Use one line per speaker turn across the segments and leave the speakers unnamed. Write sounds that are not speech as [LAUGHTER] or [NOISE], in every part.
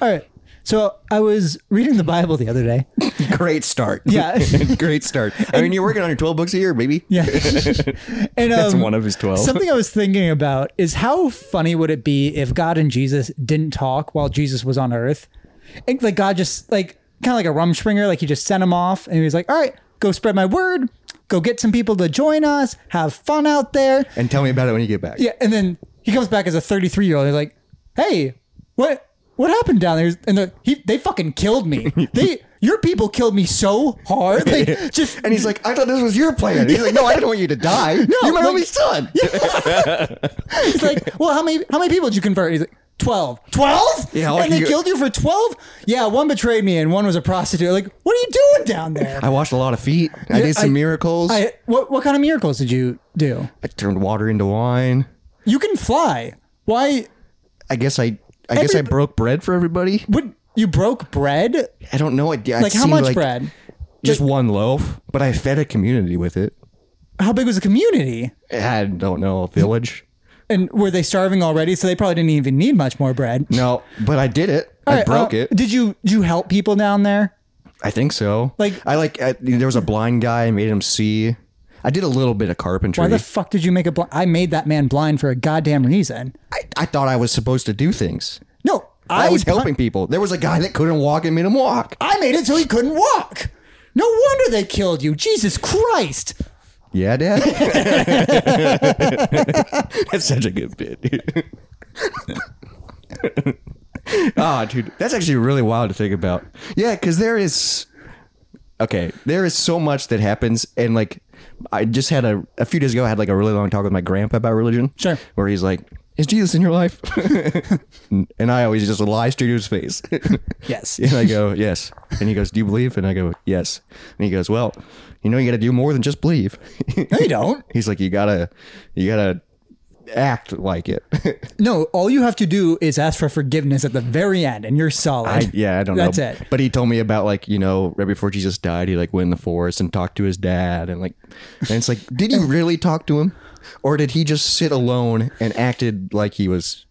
All right. So I was reading the Bible the
[LAUGHS]
other day.
Great start.
Yeah.
[LAUGHS] Great start. I mean, you're working on your 12 books a year, baby.
Yeah. [LAUGHS] and um,
That's one of his 12.
Something I was thinking about is how funny would it be if God and Jesus didn't talk while Jesus was on earth? And like God just like kind of like a rumspringer, like he just sent him off and he was like, All right, go spread my word, go get some people to join us, have fun out there.
And tell me about it when you get [LAUGHS] back.
Yeah, and then he comes back as a 33 year old. He's like, "Hey, what what happened down there?" And the, he they fucking killed me.
[LAUGHS]
they your people killed me so hard. Like just
And he's like, I thought this was your plan. he's like, No, I didn't want you
[LAUGHS]
to die. No, you're my
like-
only son.
he's like, "Well, how many how many people did you convert?" He's like. 12 12
Yeah, like
and they
you-
killed you for 12 yeah one betrayed me and one was a prostitute like what are you doing down there
I washed a lot of feet. I
Yeah,
did some
I-
miracles. I,
I, what, what kind of miracles did you do
turned water into wine.
you can fly why
I guess I. I guess I
Every-
broke bread for everybody.
would you broke bread
I don't know. It, it
like how
seemed
much
like
bread
Just one loaf, but I fed a community with it.
how big was the community
I don't know a village.
And were they starving already? So they probably didn't even need much more bread.
No, but I did it.
All
I
right,
broke
uh,
it.
Did you did you help people down there?
I think so.
Like-
I like I, there was a blind guy. I made him see. I did a little bit of carpentry.
Why the fuck did you make a blind? I made that man blind for a goddamn reason.
I, I thought I was supposed to do things.
No,
I,
I,
was
pun-
helping people. There was a guy that couldn't walk and made him walk.
I made it so he couldn't walk. No wonder they killed you. Jesus Christ.
Yeah, Dad.
[LAUGHS] That's such a good bit. dude.
[LAUGHS] Ah, dude, that's actually really wild to think about. Yeah, because there is. Okay, there is so much that happens, and like, I just had a a few days ago. I had like a really long talk with my grandpa about religion.
Sure.
Where he's like, "Is Jesus in your
[LAUGHS]
life?" and I always just lie straight to his face. [LAUGHS]
Yes.
And I go, yes. And he goes, do you believe? And I go, yes. And he goes, well, you know, you got to do more than just believe. [LAUGHS]
No, you don't.
He's like, you gotta, you gotta act like it.
No, all you have to do is ask for forgiveness at the very end, and you're solid.
[LAUGHS] I, yeah, I don't
That's
know.
it.
But he told me about like you know right before Jesus died, he like went in the forest and talked to his dad, and like, and it's like,
[LAUGHS]
did he really talk to him, or did he just sit alone and acted like he was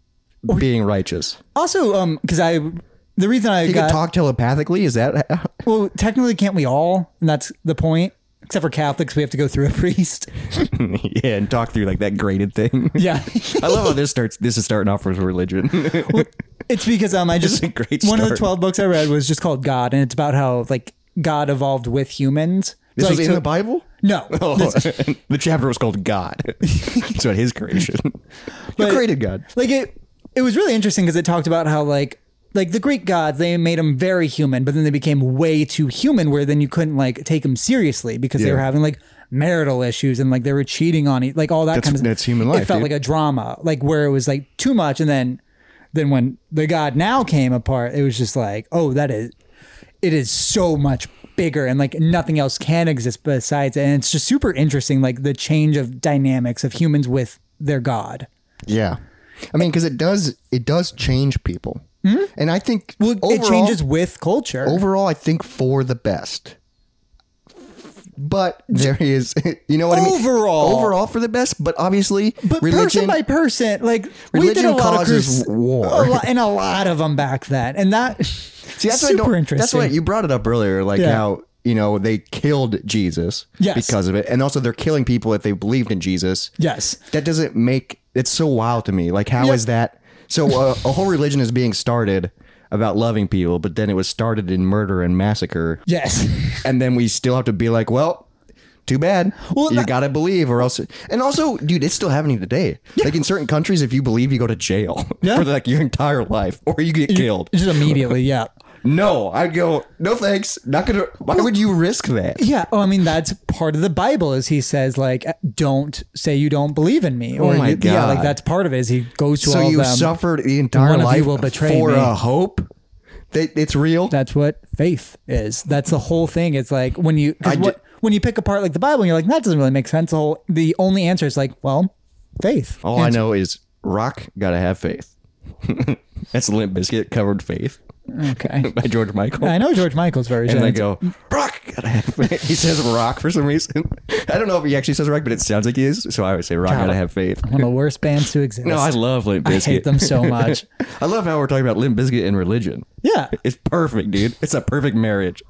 being righteous?
Also, um, because I, the reason I
He
got
could talk telepathically. Is that
Well, technically, can't we all? And that's the point. Except for Catholics, we have to go through a [LAUGHS] priest.
[LAUGHS] yeah? And talk through like that graded
[LAUGHS]
thing.
Yeah.
I love how this starts. This is starting off with religion.
It's because um, I just
is a great
one of the
start.
twelve books I read was just called God, and it's about how like God evolved with humans.
This
Like,
was in
so-
the Bible?
No,
Oh, [LAUGHS]
This-
the chapter was called God.
[LAUGHS]
it's about his creation. You
But-
created God.
like it. It was really interesting because it talked about how like like the Greek gods they made them very human, but then they became way too human, where then you couldn't like take them seriously because they
Yeah.
were having like marital issues and like they were cheating on each like all that
That's-
kind of
that's human
It
life,
felt
dude.
like a drama, like where it was like too much, and then then when the god now came apart, it was just like oh that is it is so much bigger and like nothing else can exist besides it. and it's just super interesting like the change of dynamics of humans with their god
Yeah. I mean, because it does it does change people, and I think
Hmm? well it
overall-
changes with culture
Overall, I think for the best. But there is, [LAUGHS] you know what I mean.
Overall.
overall for the best, but obviously,
but person
religion.
by person like we did
religion
a lot of
causes
cruise Oh, [LAUGHS]
war.
a lot, and a lot of them back then and
[LAUGHS]
that
See, that's
super
what I don't,
interesting
That's what you brought it up earlier, like
Yeah.
how you know they killed Jesus
Yes.
because of it, and also they're killing people if they believed in Jesus.
yes
that doesn't make it's so wild to me. Like, how is
Yeah.
that? So uh, a whole religion is being started about loving people, but then it was started in murder and massacre,
[LAUGHS]
[LAUGHS]
yes
and then we still have to be like, well. Too bad.
Well,
you
that-
gotta believe, or else. And also, dude, it's still happening today. Like in certain countries, if you believe, you go to jail [LAUGHS]
Yeah.
for like your entire life, or you get killed.
just immediately
[LAUGHS]
yeah
No, I'd go. No thanks. Not gonna. Why would you risk that?
yeah oh i mean that's part of the bible is he says like don't say you don't believe in me or
Oh my
you- yeah like
God.
that's part of it is he goes to
So
all
you
them
suffered the entire
one of you
life
will betray
for
me.
a hope that it's real.
that's what faith is. That's the whole thing. It's like when you 'cause
I
what,
ju-
when you pick apart like the Bible, and you're like that doesn't really make sense. The whole the only answer is like well, faith.
All I know is rock gotta have faith. [LAUGHS] That's Limp Biscuit covered faith
Okay,
by George Michael.
I know George Michael's version.
and they
It's-
go, rock gotta have faith. [LAUGHS] He says rock for some reason. [LAUGHS] I don't know if he actually says rock, but it sounds like he is. So I always say rock gotta have faith.
one of the worst bands to exist.
[LAUGHS] No, I love Limp
I hate
Biscuit. [LAUGHS]
them so much.
I love how we're talking about Limp Biscuit and religion.
Yeah.
It's perfect, dude. It's a perfect marriage.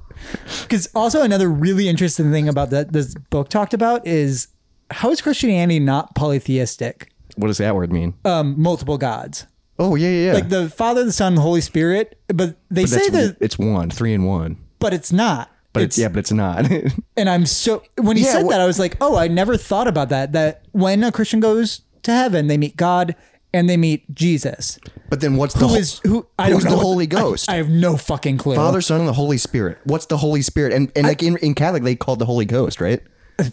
Because also another really interesting thing about that this book talked about is how is Christianity not polytheistic?
What does that word mean?
Um, multiple gods,
oh yeah, yeah. yeah.
like the Father, the Son, the Holy Spirit. But they
That's
say
w-
that,
it's one, three and one.
but it's not.
But it's, yeah, but it's not. [LAUGHS]
And I'm so when he
Yeah,
said
wh-
that, I was like, oh, I never thought about that. That when a Christian goes to heaven, they meet God and they meet Jesus.
but then what's the
Who
ho-
is who? I don't
who's
know
the
what-
Holy
I- [LAUGHS]
Ghost?
I, have no fucking clue.
Father, Son, and the Holy Spirit. What's the Holy Spirit? And and like in, in Catholic, they call it the Holy Ghost, right?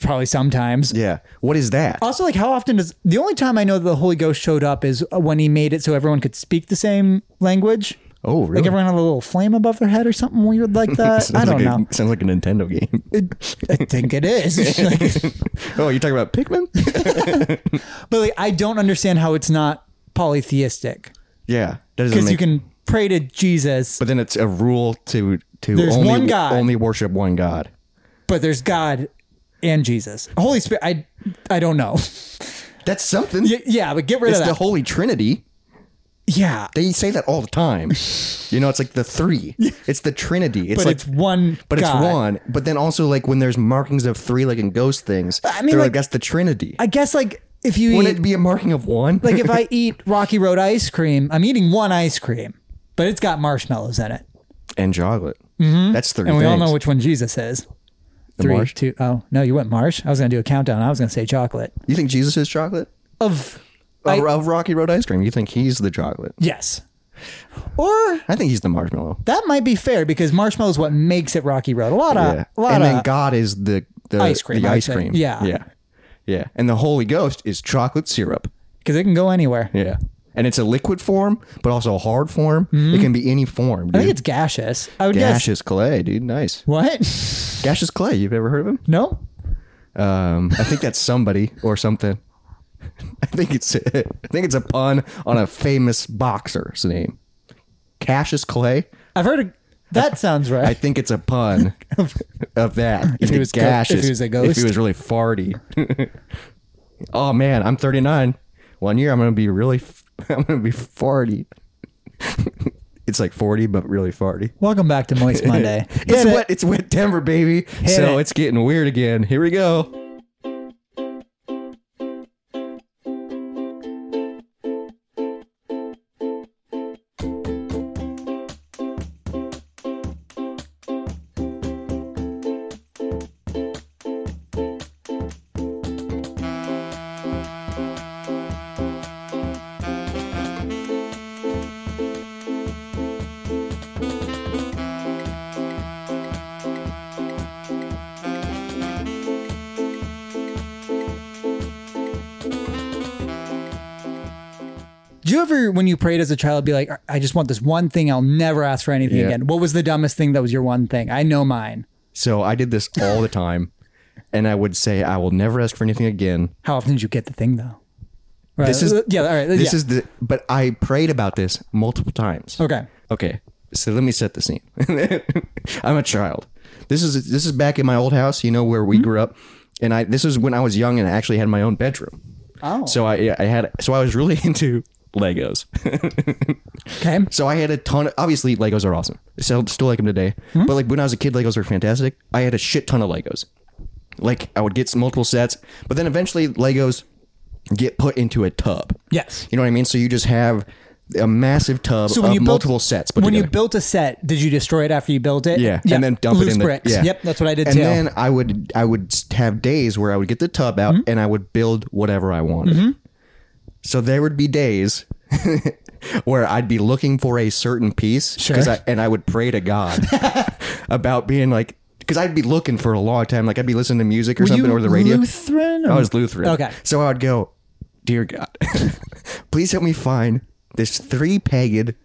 probably sometimes.
Yeah. What is that?
Also, like, how often does the only time I know the Holy Ghost showed up is when he made it so everyone could speak the same language.
Oh, really?
Like everyone had a little flame above their head or something weird
[LAUGHS]
like that. I
Sounds
don't
like
know.
A, sounds like a Nintendo game. [LAUGHS]
It- I think it is. Like,
oh, you're talking about Pikmin?
[LAUGHS] but like, I don't understand how it's not polytheistic
[LAUGHS] yeah. That doesn't
because
make-
you can pray to Jesus,
But then it's a rule to to
There's
only
one God.
only worship one God.
but there's God and Jesus, Holy Spirit. I I don't know. [LAUGHS]
That's something.
Y- yeah, but get rid
it's
of
the
that.
Holy Trinity.
yeah,
They say that all
[LAUGHS]
the time. you know, it's like the three. It's the Trinity. It's
but
like
it's one.
but
God.
it's one. But then also like when there's markings of three, like in ghost things,
mean,
I mean, they're like,
like-
that's the Trinity.
I guess like if you eat,
Wouldn't it be a marking of one?
like if I eat Rocky Road ice cream, I'm eating one ice cream, but it's got marshmallows in it.
and chocolate. Mm-hmm. That's three.
And we all know
things.
which one Jesus is. Three, two, oh
marsh?
no, you went marsh. I was going to do a countdown. I was going to say chocolate.
you think Jesus is chocolate?
Of,
Of-
I-
of Rocky Road ice cream. You think he's the chocolate?
yes. Or
I think he's the marshmallow.
that might be fair because marshmallow is what makes it Rocky Road. A lot of,
yeah.
Uh, a lot
and
of,
then God is the, the
Ice cream,
The
I would
ice
say.
cream.
Yeah.
Yeah. Yeah. And the Holy Ghost is chocolate syrup.
because it can go anywhere.
Yeah. And it's a liquid form, but also a hard form. It can be any form.
Mm-hmm.
Dude.
I think it's gaseous. I would guess.
gaseous clay, dude. Nice.
What? [LAUGHS]
Gaseous clay. You've ever heard of him?
no?
Um, I think that's somebody or something. [LAUGHS] I think it's I think it's a pun on a famous boxer's name. Cassius Clay.
I've heard of, that sounds
I
right.
think it's a pun of that. If
he was go- [LAUGHS] if
gaseous,
he was a
if
ghost.
he was really farty. [LAUGHS] oh man, I'm 39. One year I'm gonna be really, f- [LAUGHS] I'm gonna be farty. [LAUGHS] it's like 40, but really farty.
Welcome back to
[LAUGHS]
Moist Monday.
It's
Get it?
wet. It's wet Denver, baby. so
it.
it's getting weird again. Here we go.
Do you ever, when you prayed as a child, be like, I just want this one thing. I'll never ask for anything
Yeah.
again. What was the dumbest thing that was your one thing? I know mine.
So I did this all the time, and I would say I will never ask for anything again.
How often did you get the thing though? Right.
This is-
yeah. All right.
This
yeah.
is the. But I prayed about this multiple times.
okay.
Okay. So let me set the scene. [LAUGHS] I'm a child. This is this is back in my old house, you know, where
Mm-hmm.
we grew up, and I this is when I was young and I actually had my own bedroom.
Oh.
So I yeah, I had so I was really [LAUGHS] into Legos.
Okay.
So I had a ton. Of, obviously, Legos are awesome. Still, still like them today.
Hmm?
But like when I was a kid, Legos were fantastic. I had a shit ton of Legos. Like I would get some multiple sets, but then eventually Legos get put into a tub.
Yes.
You know what I mean? So you just have a massive tub
So
of
when you built-
multiple sets. But
when you built a set, did you destroy it after you built it?
yeah, and then dump
Loose
it in
bricks.
the yeah.
Yep. That's what I did
And
too.
then I would I would have days where I would get the tub out
Mm-hmm.
and I would build whatever I wanted. So there would be days [LAUGHS] where I'd be looking for a certain piece because
Sure.
I and I would pray
[LAUGHS]
to God about being like because I'd be looking for a long time like I'd be listening to music or
Were
something
you
or the radio. Oh.
Lutheran?
I was Lutheran.
Mm. Okay.
So I would go, Dear God, [LAUGHS] please help me find this three pegged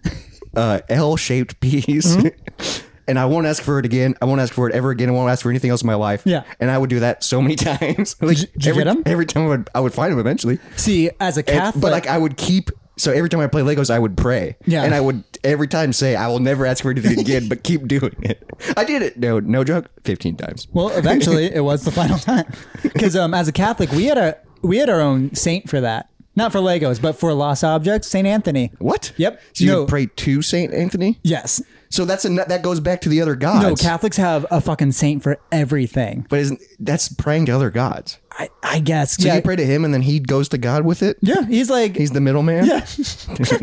uh, L shaped piece.
Mm-hmm.
[LAUGHS] And I won't ask for it again. I won't ask for it ever again. I won't ask for anything else in my life.
Yeah.
And I would do that so many [LAUGHS] times. like
did you
every,
get 'em?
every time I would, I would find them eventually.
See, as a
And-
Catholic,
but like I would keep. So every time I play Legos, I would pray.
Yeah.
And I would every time say, I will never ask for
[LAUGHS]
anything again, but keep doing it. I did it. No, no joke. 15 times.
well,
[LAUGHS]
eventually it was the final time. Because um, as a Catholic, we had a we had our own saint for that. Not for Legos, but for lost objects, St. Anthony.
What?
Yep.
So you
No.
would pray to Saint Anthony?
Yes.
So that's a that goes back to the other gods.
No, Oh, Catholics have a fucking saint for everything.
But isn't that's praying to other gods?
I, I guess.
So
yeah.
you pray to him, and then he goes to God with it.
yeah. He's like,
He's the
[LAUGHS]
middleman.
yeah.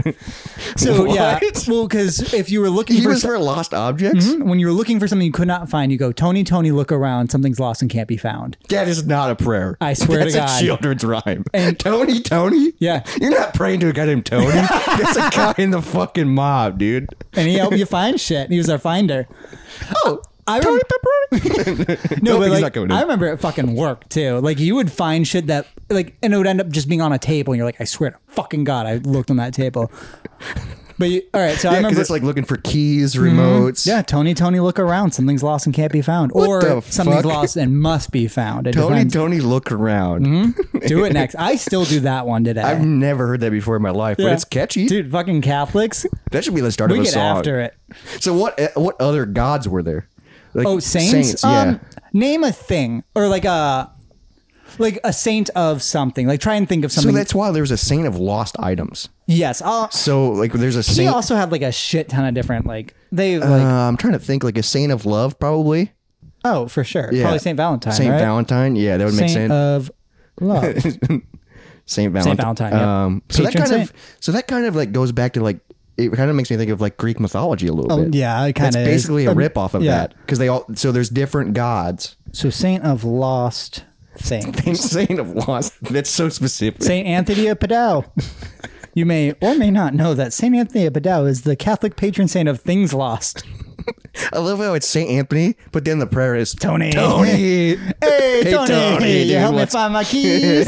so, yeah.
[LAUGHS]
Mm-hmm.
What?
Well, because if you were looking
He
for
was for lost objects.
when you were looking for something you could not find, you go, Tony, Tony, look around. Something's lost and can't be found.
That is not a prayer.
I swear to
That's
God.
a children's rhyme. [LAUGHS] Tony, Tony.
Yeah.
you're not praying to a guy
[LAUGHS]
named Tony. That's a guy in the fucking mob, dude.
And he helped you find shit. He was our finder.
Oh,
I rem- [LAUGHS] no,
Nope,
but
he's
like,
not going to.
I remember it fucking worked too. Like you would find shit that like, and it would end up just being on a table, and you're like, I swear to fucking god, I looked on that table. But you, all right, so I
yeah, because
remember. Mm-hmm.
it's like looking for keys, remotes.
yeah, Tony, Tony, look around. Something's lost and can't be found, or
the
something's
fuck?
lost and must be found. It
Tony,
depends. Mm-hmm.
Tony, look around.
do it next. I still do that one today.
I've never heard that before in my life,
Yeah.
but it's catchy.
dude. Fucking Catholics,
That should be the start
we
of a
get
song.
after it.
So what? uh, What other gods were there? Like
Oh, saints.
yeah.
Um, name a thing or like a like a saint of something. Like try and think of
so
something.
that's why there was a saint of lost items.
yes, I'll,
So like, there's a
They
saint.
also had like a shit ton of different like they like
uh, I'm trying to think, like a saint of love, probably.
oh for sure
Yeah.
probably Saint Valentine
Saint
right?
Valentine. Yeah, that would make
Saint uh,
sense.
of love
[LAUGHS] Saint Valentine.
Valentine, yeah.
Um, so that
Patron
kind of. So that kind of like goes back to like. It kind of makes me think of like Greek mythology a little bit.
Oh, yeah, it
That's
kinda is.
basically a
Um,
rip off of
yeah.
that because they all. So there's different gods. [LAUGHS]
so Saint of lost thing
Saint of lost. That's so specific.
Saint Anthony of Padua. [LAUGHS] You may or may not know that Saint Anthony of Padua is the Catholic patron saint of things lost.
I love how it's Saint Anthony, but then the prayer is
Tony.
Tony.
[LAUGHS] Hey, Tony,
Tony,
you
dude,
help me
what's-
find my
[LAUGHS]
keys.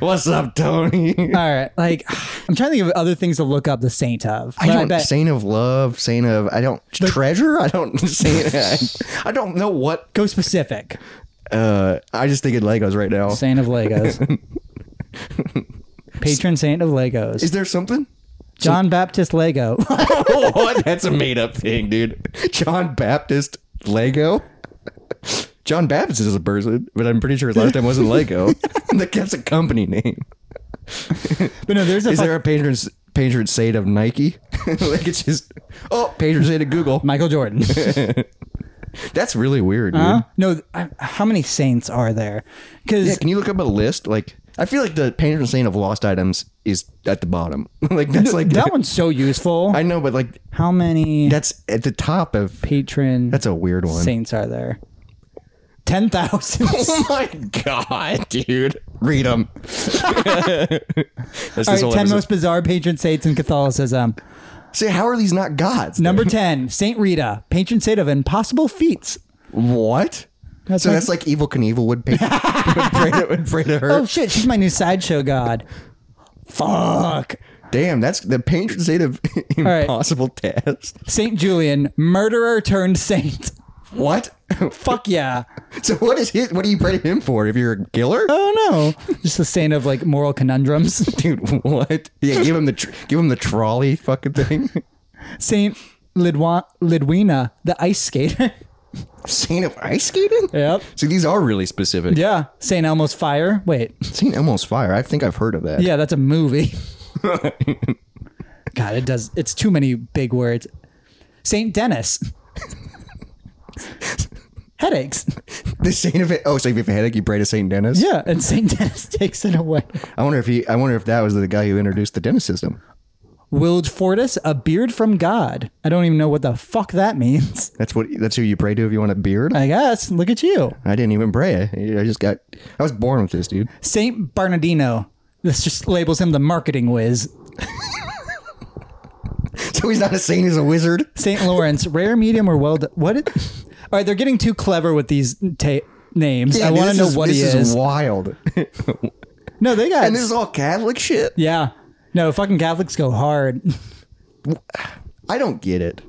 What's up, Tony?
All right, like I'm trying to think of other things to look up the saint of.
I
but
don't
bet-
saint of love, saint of I don't treasure. I don't [LAUGHS] saint. I, I don't know what.
go specific.
Uh, I just think of Legos right now.
Saint of
[LAUGHS]
Legos. Patron saint of Legos.
Is there something?
John Baptist Lego.
[LAUGHS]
[LAUGHS]
what? That's a made up thing, dude. John Baptist Lego. John Baptist is a person, but I'm pretty sure his last name wasn't [LAUGHS] Lego. That's a company name.
but no, there's a
Is
fuck-
there a patron patron saint of Nike? [LAUGHS] like it's just oh patron saint of Google.
Michael Jordan.
[LAUGHS] That's really weird, dude.
Huh? No, I, how many saints are there?
Yeah,
Because
can you look up a list? Like I feel like the patron saint of lost items is at the bottom. [LAUGHS] like that's like [LAUGHS]
that one's so useful.
I know, but like
how many
that's at the top of.
patron
That's a weird one.
saints are there? Ten thousand.
[LAUGHS] Oh my god, dude! Read [LAUGHS] them.
All right, ten most bizarre patron saints in Catholicism.
See, how are these not gods? [LAUGHS]
Number ten, Saint Rita, patron saint of impossible feats.
What? so
my-
that's like evil Knievel would,
[LAUGHS]
pay, would, pray to, would pray to her.
Oh shit, she's my new sideshow god. Fuck.
Damn, that's the patron saint of [LAUGHS]
right.
impossible task.
Saint Julian, murderer turned saint. [LAUGHS]
What? [LAUGHS]
Fuck yeah.
so what is his? What do you pray to him for? If you're a killer,
Oh no, just a saint of like moral
[LAUGHS]
conundrums.
dude, what? Yeah, give him the tr- give him the trolley fucking [LAUGHS] thing.
Saint Lidwa- Lidwina, the ice skater. [LAUGHS]
saint of ice skating.
Yep.
See, these are really specific.
Yeah. Saint Elmo's fire. Wait.
Saint Elmo's fire. I think I've heard of that.
Yeah, that's a movie.
[LAUGHS]
God, it does. It's too many big words. Saint Dennis. Headaches.
The saint of it. Oh, so if you have a headache, you pray to Saint Dennis.
Yeah, and Saint Dennis [LAUGHS] takes it away.
I wonder if he. I wonder if that was the guy who introduced the Dennis system.
Wilge Fortis, a beard from God. I don't even know what the fuck that means.
That's what. That's who you pray to if you want a beard. I,
I guess. Look at you.
didn't even pray. I, I just got. I was born with this, [LAUGHS] dude.
Saint Bernardino. This just labels him the marketing whiz.
So he's not a saint. He's a wizard.
St. Lawrence, rare, medium, or well done. What? It, all right, they're getting too clever with these ta- names. I
Yeah,
want to
this
know
is-
what
this
he is.
[LAUGHS] Wild.
no, they got.
and this is all Catholic shit.
yeah. No, fucking Catholics go hard. [LAUGHS]
I don't get it.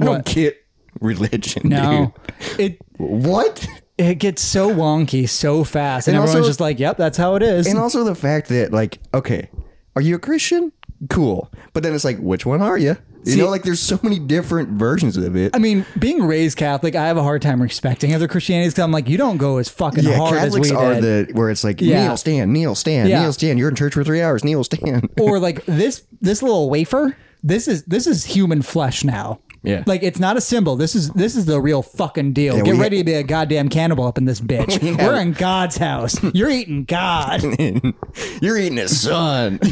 I
What?
don't get religion,
No, it
dude. What?
it gets so wonky so fast, and,
And
everyone's
also-
just like, "Yep, that's how it is."
And also the fact that, like, okay, are you a Christian? Cool. But then it's like, which one are you? You know, like there's so many different versions of it.
I mean, being raised Catholic, I have a hard time respecting other Christianities because I'm like, you don't go as fucking
yeah,
hard
Catholics
as we
are
did.
the where it's like
Yeah.
kneel, stand, kneel, stand,
Yeah.
kneel, stand. You're in church for three hours. Kneel, stand. [LAUGHS]
or like this this little wafer this is this is human flesh now
Yeah.
like it's not a symbol this is this is the real fucking deal get
we-
ready to be a goddamn cannibal up in this
[LAUGHS]
bitch we're in god's house you're eating god
You're eating his son. [LAUGHS]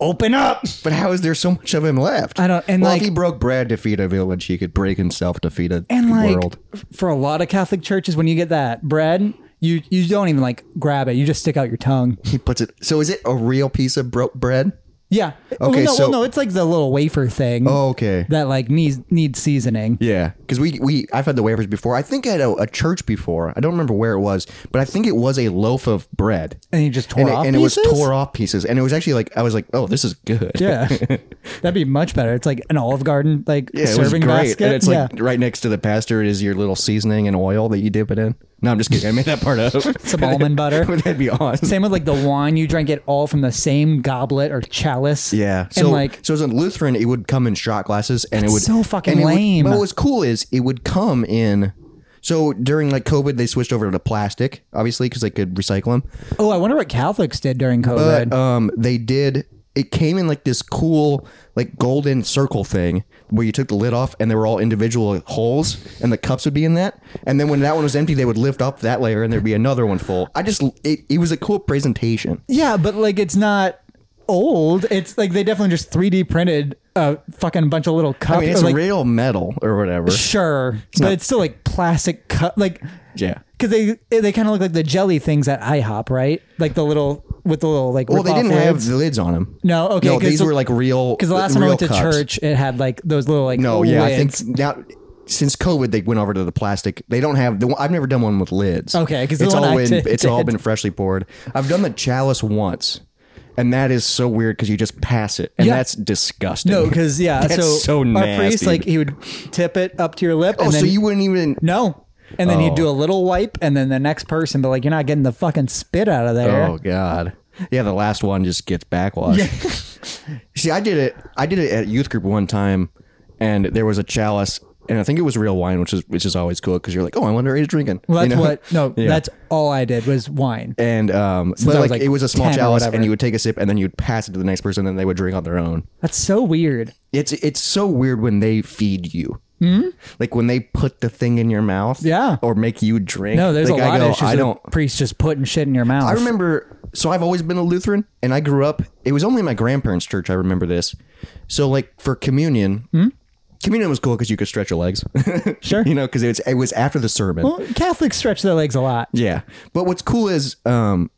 open up
but how is there so much of him left?
I don't- and
well,
like-
if he broke bread to feed a village, he could break himself to feed a
and like
world.
f- for a lot of catholic churches when you get that bread you you don't even like grab it you just stick out your tongue
He puts it. So is it a real piece of bro- bread?
yeah well,
Okay,
no,
so-
well, no it's like the little wafer thing
Oh, okay.
that like needs needs seasoning
Yeah, because we we I've had the wafers before. I think at a, a church before. I don't remember where it was, but I think it was a loaf of bread.
and you just tore
And, it,
off
and it was
pieces?
tore off pieces, and it was actually like I was like, "Oh, this is good." [LAUGHS]
Yeah, [LAUGHS] that'd be much better. It's like an Olive Garden like
Yeah, it was
serving
great.
basket.
And it's
yeah.
like right next to the pastor is your little seasoning and oil that you dip it in. No, I'm just kidding. I made that part
[LAUGHS]
up. [LAUGHS]
some almond butter.
That'd be awesome.
Same with like the wine you drank it all from the same goblet or chalice.
Yeah.
and
So
like
so as a Lutheran, it would come in shot glasses, and it would
so fucking
and it would-
lame.
but what was cool is it would come in. So during like COVID, they switched over to plastic, obviously, because they could recycle them.
oh, I wonder what Catholics did during COVID.
But um, they did. It came in like this cool, like golden circle thing where you took the lid off, and there were all individual holes, and the cups would be in that. And then when that one was empty, they would lift up that layer, and there'd be another one full. I just it, it was a cool presentation.
yeah, but like it's not old. It's like they definitely just 3D printed a fucking bunch of little cups.
I mean,
or,
it's
like,
real metal or whatever.
sure, but it's still like plastic cup. Like
Yeah.
because they they kind of look like the jelly things at IHOP, right? Like the little with the little like
Well, they
rip-off
didn't have
lids.
the lids on them.
No, okay,
No,
'cause
these
the-
were like real.
Because the last time I
real
went to
cups.
church, it had like those little like
No, yeah,
lids.
I think now since COVID, they went over to the plastic. They don't have the. one- I've never done one with lids.
Okay, 'cause the
it's
one
all
I
been,
did-
it's all been freshly poured. I've done the chalice once, and that is so weird because you just pass it, and
Yeah.
that's disgusting.
no, because yeah,
That's
so,
so
our priest
nasty.
like he would tip it up to your lip.
oh,
and then,
so you Oh. wouldn't even.
no, and then he'd do a little wipe, and then the next person, but like you're not getting the fucking spit out of there.
Oh God. Yeah, the last one just gets backwash. [LAUGHS] See, I did it. I did it at youth group one time, and there was a chalice, and I think it was real wine, which is which is always cool because you're like, oh, I'm underage drinking.
well,
you
that's
know?
what. No,
[LAUGHS] Yeah.
that's all I did was wine.
And um,
I
but
was,
like,
like,
it was a small
10 or
chalice,
whatever.
and you would take a sip, and then you'd pass it to the next person, and they would drink on their own.
That's so weird.
It's it's so weird when they feed you, mm-hmm. like when they put the thing in your mouth,
Hmm? Yeah.
or make you drink.
No, there's
like,
a lot
I go,
of issues.
I
with
don't.
priests just putting shit in your mouth.
I remember. So I've always been a Lutheran, and I grew up. It was only my grandparents' church. I remember this. So like for communion,
Hmm?
communion was cool because you could stretch your legs. [LAUGHS]
Sure.
you know, because it was it was after the sermon.
Well, Catholics stretch their legs a lot.
Yeah. But what's cool is, um,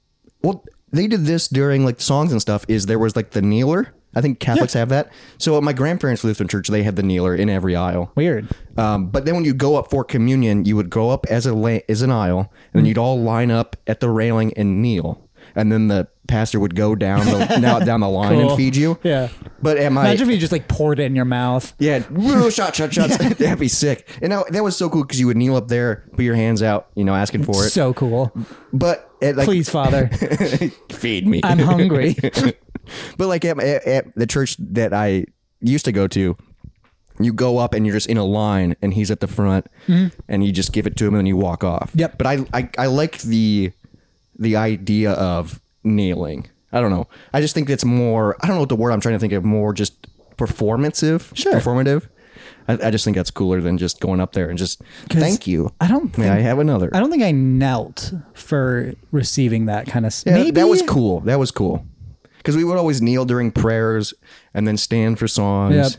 well, they did this during like songs and stuff. Is there was like the kneeler. I think Catholics have that. So at my grandparents' Lutheran church, they had the kneeler in every aisle.
Weird.
Um, but then when you go up for communion, you would go up as a la- as an aisle, and
Mm.
then you'd all line up at the railing and kneel, and then the pastor would go down
[LAUGHS]
the now, down the line
Cool.
and feed you.
Yeah.
But at my
Imagine if you just like poured it in your mouth.
yeah, woo, shot, shot,
[LAUGHS]
shots. [LAUGHS] That'd be sick. And now, that was so cool because you would kneel up there, put your hands out, you know, asking for it.
So cool.
but at, like,
Please,
[LAUGHS]
Father,
feed me.
I'm hungry.
[LAUGHS] But like at, at, at the church that I used to go to, you go up and you're just in a line, and he's at the front, and you just give it to him, and then you walk off.
Mm-hmm. Yep.
But I, I I like the the idea of kneeling. I don't know. I just think that's more. I don't know what the word I'm trying to think of. More just performative.
Sure.
Performative. I, I just think that's cooler than just going up there and just thank you.
I don't
May I have another?
I don't think I knelt for receiving that kind of stuff.
Yeah,
Maybe
that was cool. That was cool. Because we would always kneel during prayers and then stand for songs.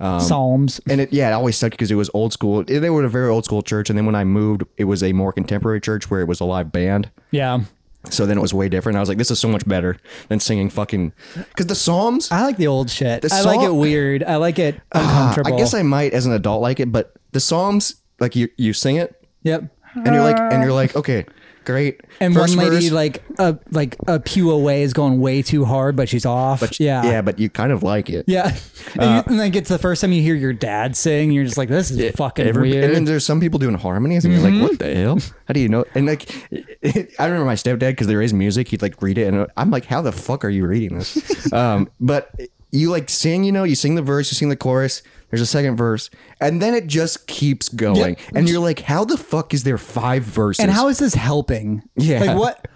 Yep. Psalms.
And it, yeah, it always sucked because it was old school. They were a very old school church. And then when I moved, it was a more contemporary church where it was a live band.
Yeah.
So then it was way different. I was like, this is so much better than singing fucking. Because the Psalms,
I like the old shit. I like
psal-
it weird. I like it
Ah, I
uncomfortable.
guess I might as an adult like it, but the Psalms, like you, you sing it
Yep.
and you're like, and you're like, okay, great.
And
First
one lady
verse,
like a like a pew away is going way too hard, but she's off. yeah.
Yeah, Uh, but you kind of like it.
Yeah. And, you, and like it's the first time you hear your dad sing, you're just like, this is fucking
Every-
weird. Mm-hmm.
And then there's some people doing harmonies, and you're like, "What the hell? How do you know?" And like, [LAUGHS] I
[LAUGHS]
remember my stepdad because there is music. He'd like read it, and I'm like, "How the fuck are you reading this?" um, but you like sing, you know, you sing the verse, you sing the chorus, there's a second verse, and then it just keeps going. And you're like, how the fuck is there five verses?
And how is this helping?
Yeah.
Like what?